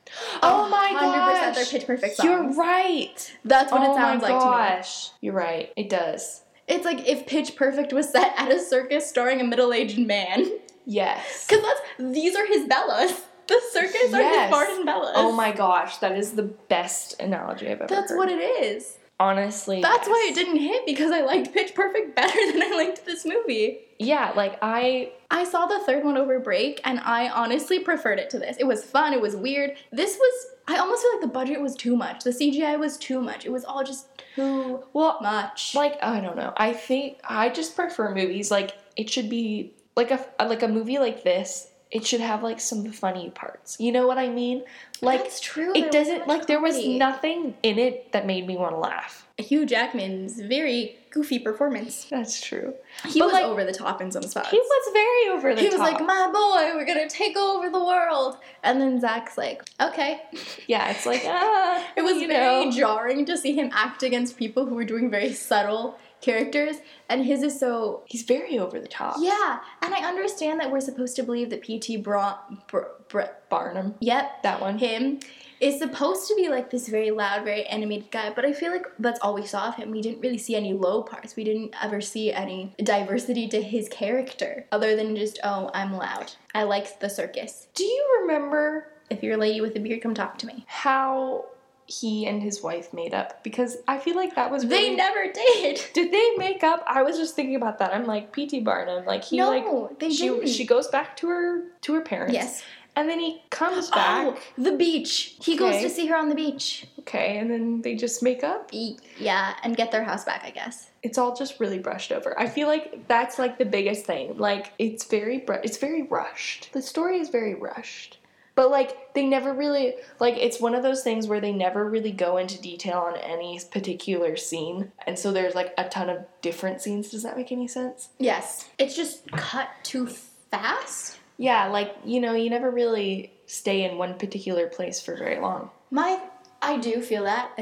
Speaker 1: Oh my
Speaker 2: 100%
Speaker 1: gosh.
Speaker 2: they're pitch perfect
Speaker 1: You're
Speaker 2: songs.
Speaker 1: right.
Speaker 2: That's what
Speaker 1: oh
Speaker 2: it sounds
Speaker 1: my
Speaker 2: like to me.
Speaker 1: gosh. You're right. It does.
Speaker 2: It's like if Pitch Perfect was set at a circus starring a middle-aged man.
Speaker 1: Yes.
Speaker 2: Cause that's these are his Bellas. The circus are
Speaker 1: Yes.
Speaker 2: his Bart and Bella's.
Speaker 1: Oh my gosh, that is the best analogy I've ever
Speaker 2: That's
Speaker 1: heard.
Speaker 2: what it is.
Speaker 1: Honestly.
Speaker 2: That's why
Speaker 1: yes.
Speaker 2: it didn't hit because I liked Pitch Perfect better than I liked this movie.
Speaker 1: Yeah, like I
Speaker 2: I saw the third one over break and I honestly preferred it to this. It was fun, it was weird. This was I almost feel like the budget was too much. The CGI was too much. It was all just too
Speaker 1: well
Speaker 2: much.
Speaker 1: like I don't know. I think I just prefer movies like it should be like a like a movie like this. It should have like some funny parts. You know what I mean? Like
Speaker 2: That's true.
Speaker 1: it
Speaker 2: there wasn't
Speaker 1: doesn't
Speaker 2: much
Speaker 1: like there was
Speaker 2: comedy.
Speaker 1: nothing in it that made me want to laugh.
Speaker 2: Hugh Jackman's very goofy performance.
Speaker 1: That's true.
Speaker 2: He
Speaker 1: But,
Speaker 2: was
Speaker 1: like,
Speaker 2: over the top in some spots.
Speaker 1: He was very over the
Speaker 2: He was
Speaker 1: top.
Speaker 2: like, "My boy, we're gonna take over the world," and then Zach's like, "Okay."
Speaker 1: yeah, it's like ah,
Speaker 2: It was
Speaker 1: you
Speaker 2: very
Speaker 1: know.
Speaker 2: jarring to see him act against people who were doing very subtle characters, and his is so
Speaker 1: He's very over the top.
Speaker 2: Yeah, and I understand that we're supposed to believe that P.T. Bra- Br- Br-
Speaker 1: Barnum.
Speaker 2: yep,
Speaker 1: That one.
Speaker 2: him is supposed to be like this very loud, very animated guy, but I feel like that's all we saw of him. We didn't really see any low parts. We didn't ever see any diversity to his character other than just, oh, I'm loud. I like the circus.
Speaker 1: Do you remember
Speaker 2: If you're a lady with a beard, come talk to me.
Speaker 1: how he and his wife made up? Because I feel like that was
Speaker 2: They
Speaker 1: really-
Speaker 2: never did.
Speaker 1: Did they make up? I was just thinking about that. I'm like P.T. Barnum. Like he
Speaker 2: no,
Speaker 1: like
Speaker 2: they
Speaker 1: she
Speaker 2: didn't.
Speaker 1: she goes back to her to her parents.
Speaker 2: yes.
Speaker 1: And then he comes back.
Speaker 2: Oh, the beach. He goes
Speaker 1: Okay.
Speaker 2: to see her on the beach.
Speaker 1: Okay, and then they just make up.
Speaker 2: E- Yeah, and get their house back, I guess.
Speaker 1: It's all just really brushed over. I feel like that's like the biggest thing. Like it's very br- it's very rushed. The story is very rushed. But like they never really like it's one of those things where they never really go into detail on any particular scene. And so there's like a ton of different scenes. Does that make any sense?
Speaker 2: Yes. It's just cut too fast.
Speaker 1: Yeah, like you know, you never really stay in one particular place for very long.
Speaker 2: My I do feel that.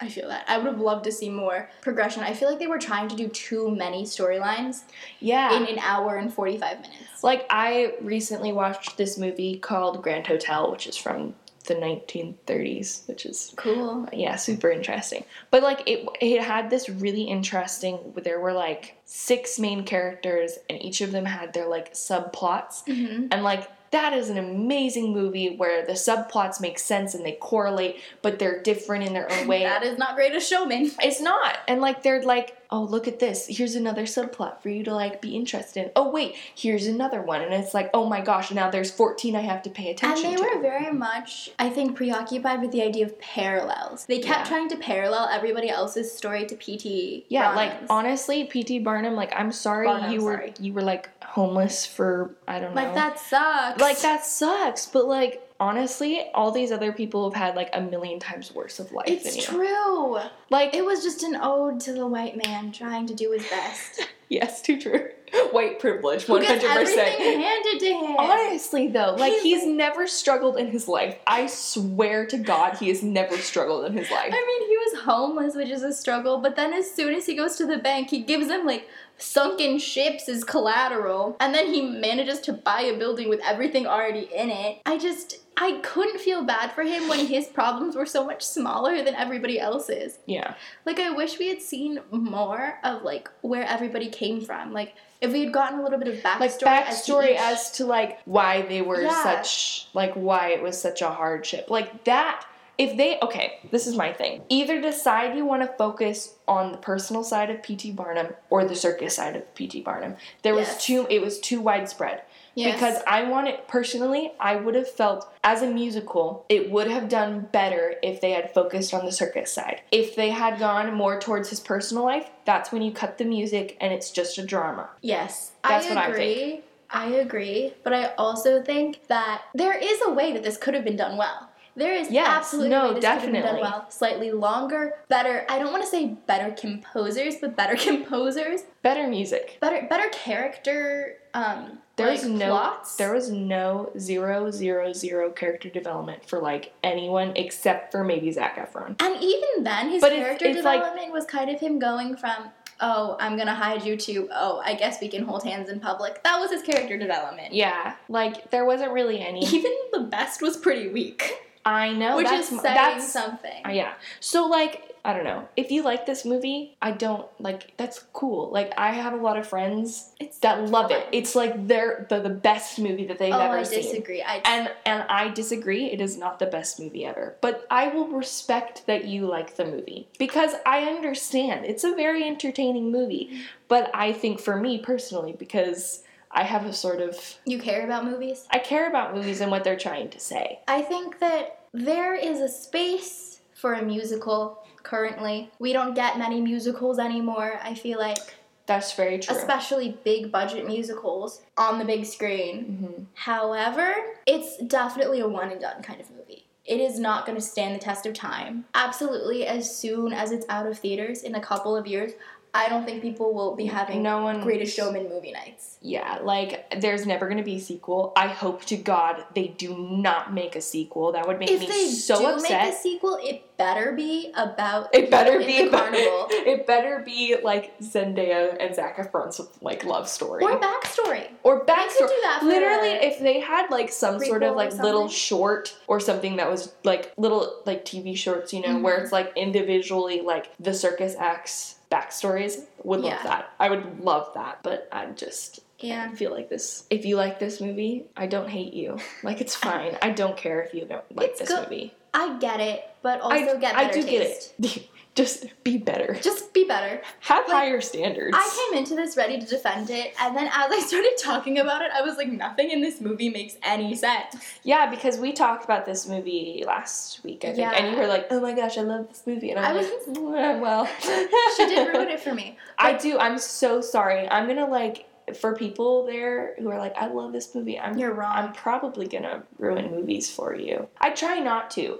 Speaker 2: I feel that. I would have loved to see more progression. I feel like they were trying to do too many storylines
Speaker 1: Yeah.
Speaker 2: in an hour and 45 minutes.
Speaker 1: like I recently watched this movie called Grand Hotel, which is from the 1930s, which is
Speaker 2: Cool.
Speaker 1: yeah, super interesting. But like it it had this really interesting there were like six main characters and each of them had their like subplots
Speaker 2: hmm
Speaker 1: and like that is an amazing movie where the subplots make sense and they correlate, but they're different in their own way.
Speaker 2: That is not great as showman.
Speaker 1: It's not. And like they're like, oh look at this. Here's another subplot for you to like be interested in. Oh wait, here's another one. And it's like, oh my gosh, now there's 14 I have to pay
Speaker 2: And
Speaker 1: attention
Speaker 2: they
Speaker 1: to.
Speaker 2: were very much, I think, preoccupied with the idea of parallels. They kept
Speaker 1: Yeah.
Speaker 2: trying to parallel everybody else's story to PT.
Speaker 1: yeah, like
Speaker 2: Brahman's.
Speaker 1: honestly, PT Barnum, like I'm sorry
Speaker 2: Barnum,
Speaker 1: you were
Speaker 2: sorry.
Speaker 1: you were like homeless for I don't know.
Speaker 2: Like, that sucks.
Speaker 1: Like that sucks, but like honestly, all these other people have had like a million times worse of life than
Speaker 2: It's
Speaker 1: you.
Speaker 2: true.
Speaker 1: Like
Speaker 2: It was just an ode to the white man trying to do his best.
Speaker 1: yes, too true. White privilege,
Speaker 2: Who
Speaker 1: 100%.
Speaker 2: gets everything handed to him.
Speaker 1: Honestly, though, like
Speaker 2: He's
Speaker 1: he's never struggled in his life. I swear to God, he has never struggled in his life.
Speaker 2: I mean, he was homeless, which is a struggle, but then as soon as he goes to the bank, he gives them like sunken ships as collateral, and then he manages to buy a building with everything already in it. I just, I couldn't feel bad for him when his problems were so much smaller than everybody else's.
Speaker 1: Yeah,
Speaker 2: Like I wish we had seen more of like where everybody came from. Like if we had gotten a little bit of backstory,
Speaker 1: like
Speaker 2: as to
Speaker 1: backstory
Speaker 2: each-
Speaker 1: as to like why they were
Speaker 2: Yeah.
Speaker 1: such like why it was such a hardship. Like that. If they okay, this is my thing. Either decide you want to focus on the personal side of PT Barnum or the circus side of PT Barnum. There was
Speaker 2: Yes.
Speaker 1: too it was too widespread.
Speaker 2: Yes.
Speaker 1: Because I want it personally, I would have felt as a musical, it would have done better if they had focused on the circus side. If they had gone more towards his personal life, that's when you cut the music and it's just a drama.
Speaker 2: yes,
Speaker 1: That's
Speaker 2: I
Speaker 1: what I
Speaker 2: agree. I agree, but I also think that there is a way that this could have been done well. There is
Speaker 1: Yes,
Speaker 2: absolutely
Speaker 1: no,
Speaker 2: a way this could have been
Speaker 1: definitely.
Speaker 2: done well. Slightly longer, better. I don't want to say better composers, but better composers,
Speaker 1: Better music.
Speaker 2: better better character. Um,
Speaker 1: There's
Speaker 2: like,
Speaker 1: no
Speaker 2: plots.
Speaker 1: there was no zero zero zero character development for like anyone except for maybe Zac Efron.
Speaker 2: And even then, his
Speaker 1: But it's-
Speaker 2: character
Speaker 1: it's like-
Speaker 2: development was kind of him going from, oh, I'm gonna hide you to, oh, I guess we can hold hands in public. That was his character development.
Speaker 1: Yeah, like there wasn't really any.
Speaker 2: Even the best was pretty weak,
Speaker 1: I know
Speaker 2: which
Speaker 1: Oh, that's
Speaker 2: is
Speaker 1: m-
Speaker 2: saying
Speaker 1: that's
Speaker 2: something.
Speaker 1: Uh, yeah. So like I don't know. If you like this movie, I don't like that's cool. Like I have a lot of friends
Speaker 2: It's
Speaker 1: that love it.
Speaker 2: fun.
Speaker 1: It's like they're the, the best movie that they've
Speaker 2: oh,
Speaker 1: ever
Speaker 2: I
Speaker 1: seen.
Speaker 2: disagree. I
Speaker 1: And and I disagree. It is not the best movie ever. But I will respect that you like the movie because I understand. It's a very entertaining movie, but I think for me personally because I have a sort of
Speaker 2: you care about movies.
Speaker 1: I care about movies and what they're trying to say.
Speaker 2: I think that there is a space for a musical currently. We don't get many musicals anymore, I feel like,
Speaker 1: That's very true.
Speaker 2: especially big budget musicals on the big screen.
Speaker 1: Mhm.
Speaker 2: However, it's definitely a one and done kind of movie. It is not going to stand the test of time. Absolutely, as soon as it's out of theaters in a couple of years, I don't think people will be having
Speaker 1: No one
Speaker 2: Greatest Showman movie nights.
Speaker 1: Yeah, like there's never gonna be a sequel. I hope to God they do not make a sequel. That would make
Speaker 2: if
Speaker 1: me
Speaker 2: they
Speaker 1: so
Speaker 2: do
Speaker 1: upset.
Speaker 2: make a sequel, it better be about
Speaker 1: it better
Speaker 2: in
Speaker 1: be
Speaker 2: the carnival.
Speaker 1: It better be like Zendaya and Zac Efron's like love story
Speaker 2: Or backstory.
Speaker 1: or
Speaker 2: They could
Speaker 1: backstory.
Speaker 2: do that for
Speaker 1: Literally,
Speaker 2: a-
Speaker 1: if they had like some sort
Speaker 2: prequel
Speaker 1: of
Speaker 2: or
Speaker 1: like little
Speaker 2: something.
Speaker 1: short or something that was like little like TV shorts, you know, where
Speaker 2: Mhm.
Speaker 1: it's like individually like the circus acts backstories, would love
Speaker 2: Yeah.
Speaker 1: that. I would love that, but I'm just I
Speaker 2: Yeah.
Speaker 1: feel like this. If you like this movie, I don't hate you. Like it's fine. I don't care if you don't like
Speaker 2: It's
Speaker 1: this
Speaker 2: good.
Speaker 1: movie.
Speaker 2: I get it, but also
Speaker 1: I
Speaker 2: get better
Speaker 1: I do
Speaker 2: taste.
Speaker 1: get it. Just be better.
Speaker 2: Just be better.
Speaker 1: Have
Speaker 2: Like,
Speaker 1: higher standards.
Speaker 2: I came into this ready to defend it, and then as I started talking about it, I was like, nothing in this movie makes any sense.
Speaker 1: yeah, because we talked about this movie last week, I think, and you
Speaker 2: Yeah.
Speaker 1: were like, "Oh my gosh, I love this movie," and I'm
Speaker 2: I was-
Speaker 1: like, "Mm, "Well,
Speaker 2: She did ruin it for me.
Speaker 1: I do. I'm so sorry. I'm gonna like for people there who are like, "I love this movie." I'm
Speaker 2: You're wrong.
Speaker 1: I'm probably gonna ruin movies for you. I try not to,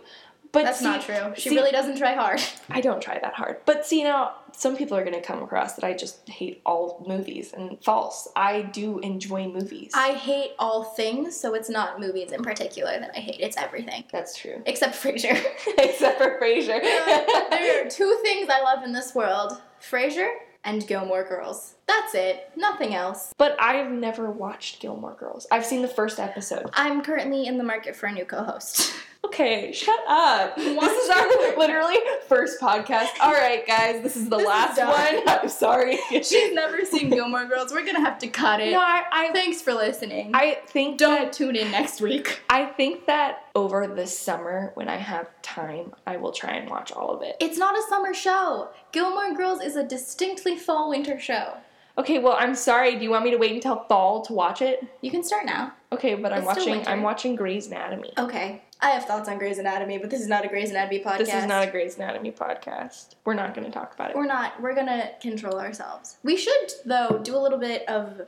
Speaker 1: but
Speaker 2: That's
Speaker 1: see-
Speaker 2: not true. She
Speaker 1: see-
Speaker 2: really doesn't try hard.
Speaker 1: I don't try that hard. But see now, some people are gonna come across that I just hate all movies and false. I do enjoy movies.
Speaker 2: I hate all things, so it's not movies in particular that I hate. It's everything.
Speaker 1: That's true.
Speaker 2: Except Frasier.
Speaker 1: Except for Frasier.
Speaker 2: there are two things I love in this world Frasier and Gilmore Girls. That's it. Nothing else.
Speaker 1: but I've never watched Gilmore Girls. I've seen the first episode.
Speaker 2: I'm currently in the market for a new co host.
Speaker 1: Okay, shut up.
Speaker 2: Watch
Speaker 1: This is our literally first podcast. All right, guys, this is the
Speaker 2: This is
Speaker 1: last
Speaker 2: dumb.
Speaker 1: one. I'm sorry.
Speaker 2: She's never seen Gilmore Girls. We're gonna have to cut it.
Speaker 1: no, I, I,
Speaker 2: Thanks for listening.
Speaker 1: I think
Speaker 2: Don't
Speaker 1: that-
Speaker 2: tune in next week.
Speaker 1: I think that over the summer, when I have time, I will try and watch all of it.
Speaker 2: It's not a summer show. Gilmore Girls is a distinctly fall winter show.
Speaker 1: Okay, well, I'm sorry. Do you want me to wait until fall to watch it?
Speaker 2: You can start now.
Speaker 1: Okay, but I'm
Speaker 2: It's still
Speaker 1: watching.
Speaker 2: winter.
Speaker 1: I'm watching Grey's Anatomy.
Speaker 2: Okay. I have thoughts on Grey's Anatomy, but this is not a Grey's Anatomy podcast.
Speaker 1: This is not a Grey's Anatomy podcast. We're not going to talk about it.
Speaker 2: We're not. We're gonna control ourselves. We should though do a little bit of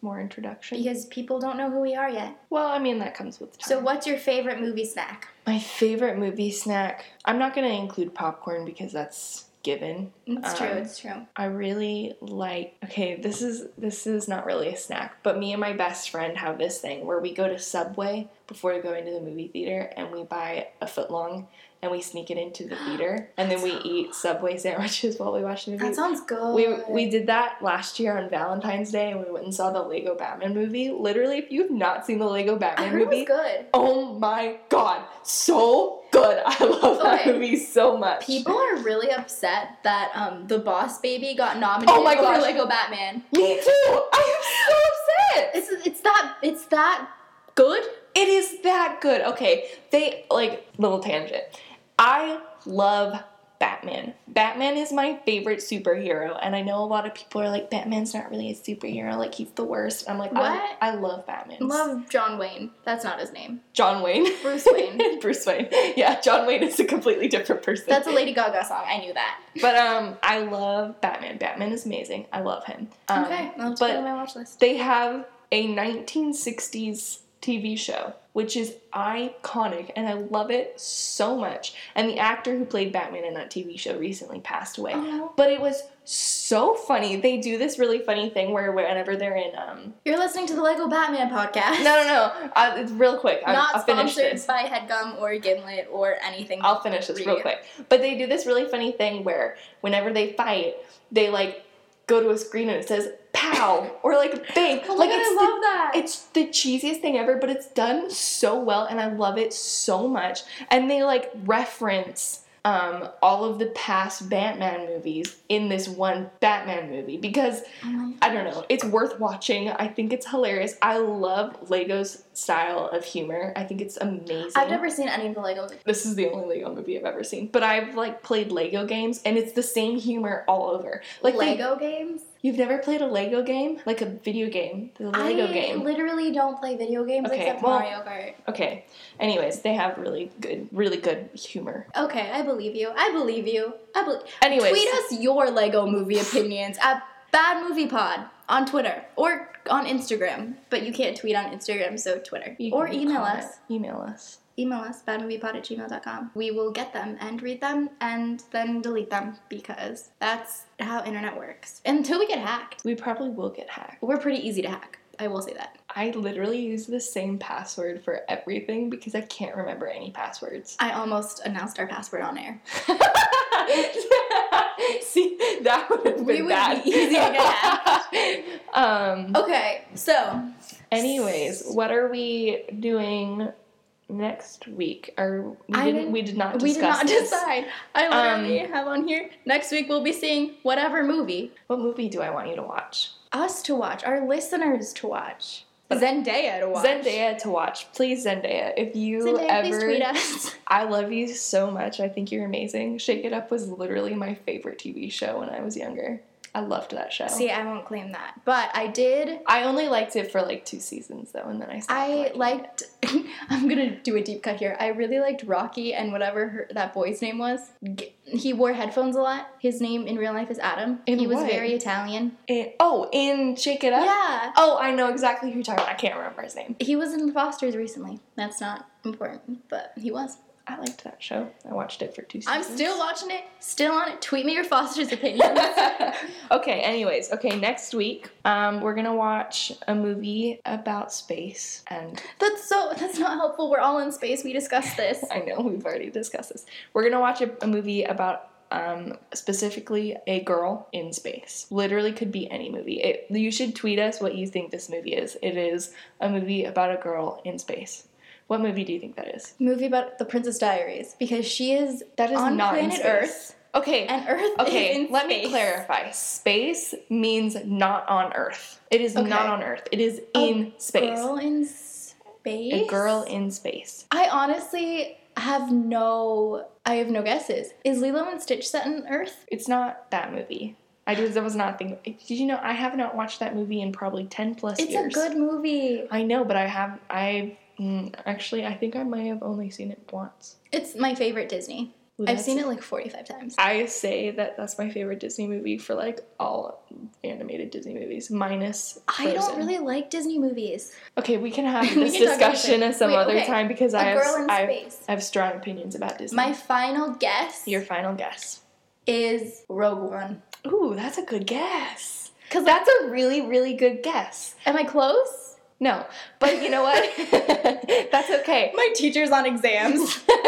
Speaker 1: More introduction.
Speaker 2: because people don't know who we are yet.
Speaker 1: Well, I mean that comes with time.
Speaker 2: So, what's your favorite movie snack?
Speaker 1: my favorite movie snack? I'm not going to include popcorn because that's given.
Speaker 2: It's true.
Speaker 1: Um,
Speaker 2: It's true.
Speaker 1: I really like okay, this is this is not really a snack, but me and my best friend have this thing where we go to Subway before we go into the movie theater and we buy a foot long and we sneak it into the theater and then we eat Subway sandwiches while we watch the movie.
Speaker 2: That sounds good.
Speaker 1: We, we did that last year on Valentine's Day and we went and saw the Lego Batman movie. Literally, if you've not seen the Lego
Speaker 2: I
Speaker 1: Batman
Speaker 2: heard it was
Speaker 1: movie,
Speaker 2: good.
Speaker 1: oh my god, so good. I love that
Speaker 2: Okay.
Speaker 1: movie so much.
Speaker 2: People are really upset that um, the Boss Baby got nominated
Speaker 1: Oh my
Speaker 2: for
Speaker 1: gosh.
Speaker 2: Lego Batman.
Speaker 1: Me too! I am so upset!
Speaker 2: It's it's that it's that good.
Speaker 1: It is that good. Okay, they like little tangent. I love Batman. Batman is my favorite superhero, and I know a lot of people are like, Batman's not really a superhero, like he's the worst. I'm like,
Speaker 2: What?
Speaker 1: I, I love Batman.
Speaker 2: Love John Wayne. That's not his name.
Speaker 1: John Wayne.
Speaker 2: Bruce Wayne.
Speaker 1: Bruce Wayne. Yeah, John Wayne is a completely different person.
Speaker 2: That's a Lady Gaga song. I knew that.
Speaker 1: but um, I love Batman. Batman is amazing. I love him. Um,
Speaker 2: Okay, I'll put it on
Speaker 1: but
Speaker 2: my watch list.
Speaker 1: they have a 1960s TV show, which is iconic, and I love it so much. And the actor who played Batman in that TV show recently passed away.
Speaker 2: Oh.
Speaker 1: But it was so funny. They do this really funny thing where whenever they're in um
Speaker 2: You're listening to the Lego Batman podcast.
Speaker 1: no no no uh, it's real quick I,
Speaker 2: Not
Speaker 1: I'll finish
Speaker 2: sponsored
Speaker 1: this.
Speaker 2: by Headgum or Gimlet or anything.
Speaker 1: I'll finish this real
Speaker 2: Really?
Speaker 1: quick. But they do this really funny thing where whenever they fight, they like go to a screen and it says pow or like bang.
Speaker 2: Oh my
Speaker 1: like
Speaker 2: God,
Speaker 1: it's
Speaker 2: I
Speaker 1: the-
Speaker 2: love that.
Speaker 1: it's the cheesiest thing ever, but it's done so well and I love it so much. And they like reference um, all of the past Batman movies in this one Batman movie because I don't know. It's worth watching. I think it's hilarious. I love Lego's style of humor. I think it's amazing.
Speaker 2: I've never seen any of the Lego.
Speaker 1: this is the only Lego movie I've ever seen, but I've like played Lego games and it's the same humor all over. Like they-
Speaker 2: Lego games.
Speaker 1: you've never played a Lego game, like a video game, the Lego
Speaker 2: I
Speaker 1: game.
Speaker 2: literally don't play video games
Speaker 1: Okay,
Speaker 2: except
Speaker 1: well-
Speaker 2: Mario Kart.
Speaker 1: Okay. Anyways, they have really good, really good humor.
Speaker 2: Okay, I believe you. I believe you. I believe.
Speaker 1: Anyways,
Speaker 2: Tweet us your Lego movie opinions at Bad Movie Pod on Twitter or on Instagram. But you can't tweet on Instagram, so Twitter.
Speaker 1: you
Speaker 2: Or
Speaker 1: can
Speaker 2: email
Speaker 1: comment.
Speaker 2: us.
Speaker 1: Email us.
Speaker 2: Email us, badmoviepod at gmail.com. We will get them and read them and then delete them because that's how internet works. Until we get hacked.
Speaker 1: We probably will get hacked.
Speaker 2: We're pretty easy to hack. I will say that.
Speaker 1: I literally use the same password for everything because I can't remember any passwords.
Speaker 2: I almost announced our password on air.
Speaker 1: See, that would have been
Speaker 2: We would
Speaker 1: bad.
Speaker 2: be easy to get hacked.
Speaker 1: um.
Speaker 2: Okay, so
Speaker 1: Anyways, what are we doing next week? Are we
Speaker 2: I
Speaker 1: didn't
Speaker 2: didn't-
Speaker 1: we did not
Speaker 2: we
Speaker 1: discuss
Speaker 2: did not
Speaker 1: this.
Speaker 2: decide. I
Speaker 1: Um,
Speaker 2: literally have on here. Next week we'll be seeing whatever movie.
Speaker 1: What movie do I want you to watch?
Speaker 2: us to watch, our listeners to watch, Zendaya to watch.
Speaker 1: Zendaya to watch. Please, Zendaya, if you
Speaker 2: Zendaya,
Speaker 1: ever
Speaker 2: please tweet us.
Speaker 1: I love you so much. I think you're amazing. Shake It Up was literally my favorite TV show when I was younger. I loved that show.
Speaker 2: See, I won't claim that, but I did.
Speaker 1: I only liked it for like two seasons though, and then I stopped
Speaker 2: I
Speaker 1: liking it.
Speaker 2: liked. I'm gonna do a deep cut here. I really liked Rocky and whatever her, that boy's name was. G- He wore headphones a lot. His name in real life is Adam.
Speaker 1: In
Speaker 2: he was
Speaker 1: what?
Speaker 2: very Italian.
Speaker 1: And- oh, in Shake It Up.
Speaker 2: Yeah.
Speaker 1: Oh, I know exactly who you're talking about. I can't remember his name.
Speaker 2: He was in the Fosters recently. That's not important, but he was.
Speaker 1: I liked that show. I watched it for two
Speaker 2: I'm
Speaker 1: seasons.
Speaker 2: still watching it. Still on it. Tweet me your Fosters opinions.
Speaker 1: okay, anyways, okay, next week, um, we're gonna watch a movie about space. And
Speaker 2: that's so. That's not helpful. We're all in space. We discussed this.
Speaker 1: I know we've already discussed this. We're gonna watch a, a movie about um, specifically a girl in space. Literally could be any movie. It, you should tweet us what you think this movie is. It is a movie about a girl in space. What movie do you think that is?
Speaker 2: movie about the Princess Diaries because she is
Speaker 1: That is
Speaker 2: on
Speaker 1: not in
Speaker 2: planet
Speaker 1: space.
Speaker 2: Earth
Speaker 1: Okay.
Speaker 2: and Earth is
Speaker 1: Okay,
Speaker 2: in
Speaker 1: let
Speaker 2: space.
Speaker 1: me clarify. Space means not on Earth. It is
Speaker 2: Okay.
Speaker 1: not on Earth. It is
Speaker 2: A
Speaker 1: in space.
Speaker 2: Girl in space.
Speaker 1: A girl in space.
Speaker 2: I honestly have no. I have no guesses. Is Lilo and Stitch set on Earth?
Speaker 1: It's not that movie. I was, I was not thinking. Did you know I have not watched that movie in probably ten plus
Speaker 2: It's
Speaker 1: years.
Speaker 2: a good movie.
Speaker 1: I know, but I have. I mm, actually, I think I may have only seen it once.
Speaker 2: It's my favorite Disney.
Speaker 1: Ooh,
Speaker 2: I've
Speaker 1: that's-
Speaker 2: seen it like forty-five times.
Speaker 1: I say that that's my favorite Disney movie for like all animated Disney movies, minus.
Speaker 2: I don't
Speaker 1: Frozen.
Speaker 2: really like Disney movies.
Speaker 1: Okay, we can have
Speaker 2: We
Speaker 1: this
Speaker 2: can talk about
Speaker 1: discussion
Speaker 2: this.
Speaker 1: at some
Speaker 2: Wait,
Speaker 1: other
Speaker 2: okay.
Speaker 1: time because
Speaker 2: A
Speaker 1: I have,
Speaker 2: Girl in
Speaker 1: I have-
Speaker 2: Space.
Speaker 1: I have strong opinions about Disney.
Speaker 2: My final guess
Speaker 1: Your final guess.
Speaker 2: is Rogue One.
Speaker 1: Ooh, that's a good guess.
Speaker 2: Cause
Speaker 1: That's a really, really good guess.
Speaker 2: am I close?
Speaker 1: No, but you know what? that's okay.
Speaker 2: My teacher's on exams.
Speaker 1: that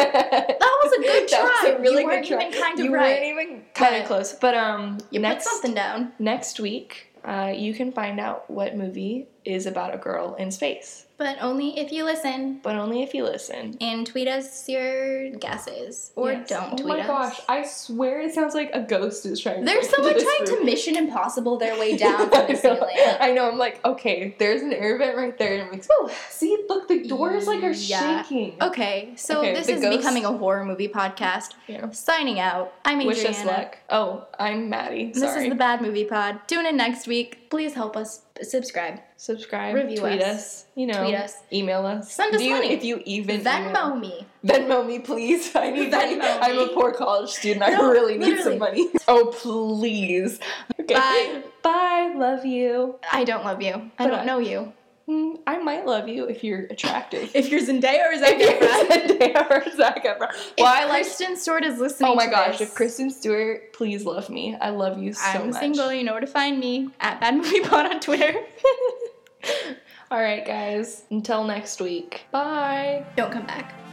Speaker 2: That was a good try.
Speaker 1: was a really
Speaker 2: you
Speaker 1: good
Speaker 2: weren't
Speaker 1: try.
Speaker 2: even kind of
Speaker 1: you
Speaker 2: right.
Speaker 1: weren't even kind
Speaker 2: But-
Speaker 1: of close. But um,
Speaker 2: You
Speaker 1: next
Speaker 2: put something down.
Speaker 1: next week, uh, you can find out what movie is about a girl in space,
Speaker 2: But only if you listen
Speaker 1: but only if you listen.
Speaker 2: and tweet us your guesses. Or
Speaker 1: Yes.
Speaker 2: don't tweet
Speaker 1: Oh my
Speaker 2: us.
Speaker 1: gosh! I swear it sounds like a ghost is trying. to
Speaker 2: There's
Speaker 1: break
Speaker 2: someone
Speaker 1: into this
Speaker 2: trying
Speaker 1: room.
Speaker 2: to Mission Impossible their way down from
Speaker 1: I,
Speaker 2: the
Speaker 1: know,
Speaker 2: ceiling.
Speaker 1: I know. I'm like, okay, there's an air vent right there, and I'm like, oh, see, look, the doors like are
Speaker 2: Yeah. Oh,
Speaker 1: shaking.
Speaker 2: Okay, so
Speaker 1: Okay,
Speaker 2: this
Speaker 1: the
Speaker 2: is
Speaker 1: ghost-
Speaker 2: becoming a horror movie podcast.
Speaker 1: Yeah.
Speaker 2: Signing out. I'm
Speaker 1: Wish
Speaker 2: Adriana.
Speaker 1: us luck. Oh, I'm Maddie.
Speaker 2: This
Speaker 1: Sorry.
Speaker 2: is the Bad Movie Pod. Tune in next week. Please help us subscribe.
Speaker 1: Subscribe,
Speaker 2: Review
Speaker 1: tweet
Speaker 2: us.
Speaker 1: us. you know,
Speaker 2: Tweet us.
Speaker 1: email us.
Speaker 2: Send us
Speaker 1: Do you,
Speaker 2: money.
Speaker 1: if you even
Speaker 2: Venmo
Speaker 1: email-
Speaker 2: me.
Speaker 1: Venmo me, please. I need money.
Speaker 2: Venmo
Speaker 1: I'm a
Speaker 2: me.
Speaker 1: poor college student.
Speaker 2: No,
Speaker 1: I really need
Speaker 2: literally.
Speaker 1: some money. Oh, please. Okay.
Speaker 2: Bye.
Speaker 1: Bye. Love you.
Speaker 2: I don't love you. I
Speaker 1: But
Speaker 2: don't
Speaker 1: I-
Speaker 2: know you.
Speaker 1: Mm, I might love you if you're attractive.
Speaker 2: If you're Zendaya or
Speaker 1: Zac Efron. Zac Efron. Well, I like
Speaker 2: Kristen Stewart is listening.
Speaker 1: Oh my
Speaker 2: to
Speaker 1: gosh,
Speaker 2: this,
Speaker 1: if Kristen Stewart, please love me. I love you so
Speaker 2: I'm
Speaker 1: much.
Speaker 2: single. You know where to find me at Bad Movie Pod on Twitter.
Speaker 1: All right, guys. Until next week. Bye.
Speaker 2: Don't come back.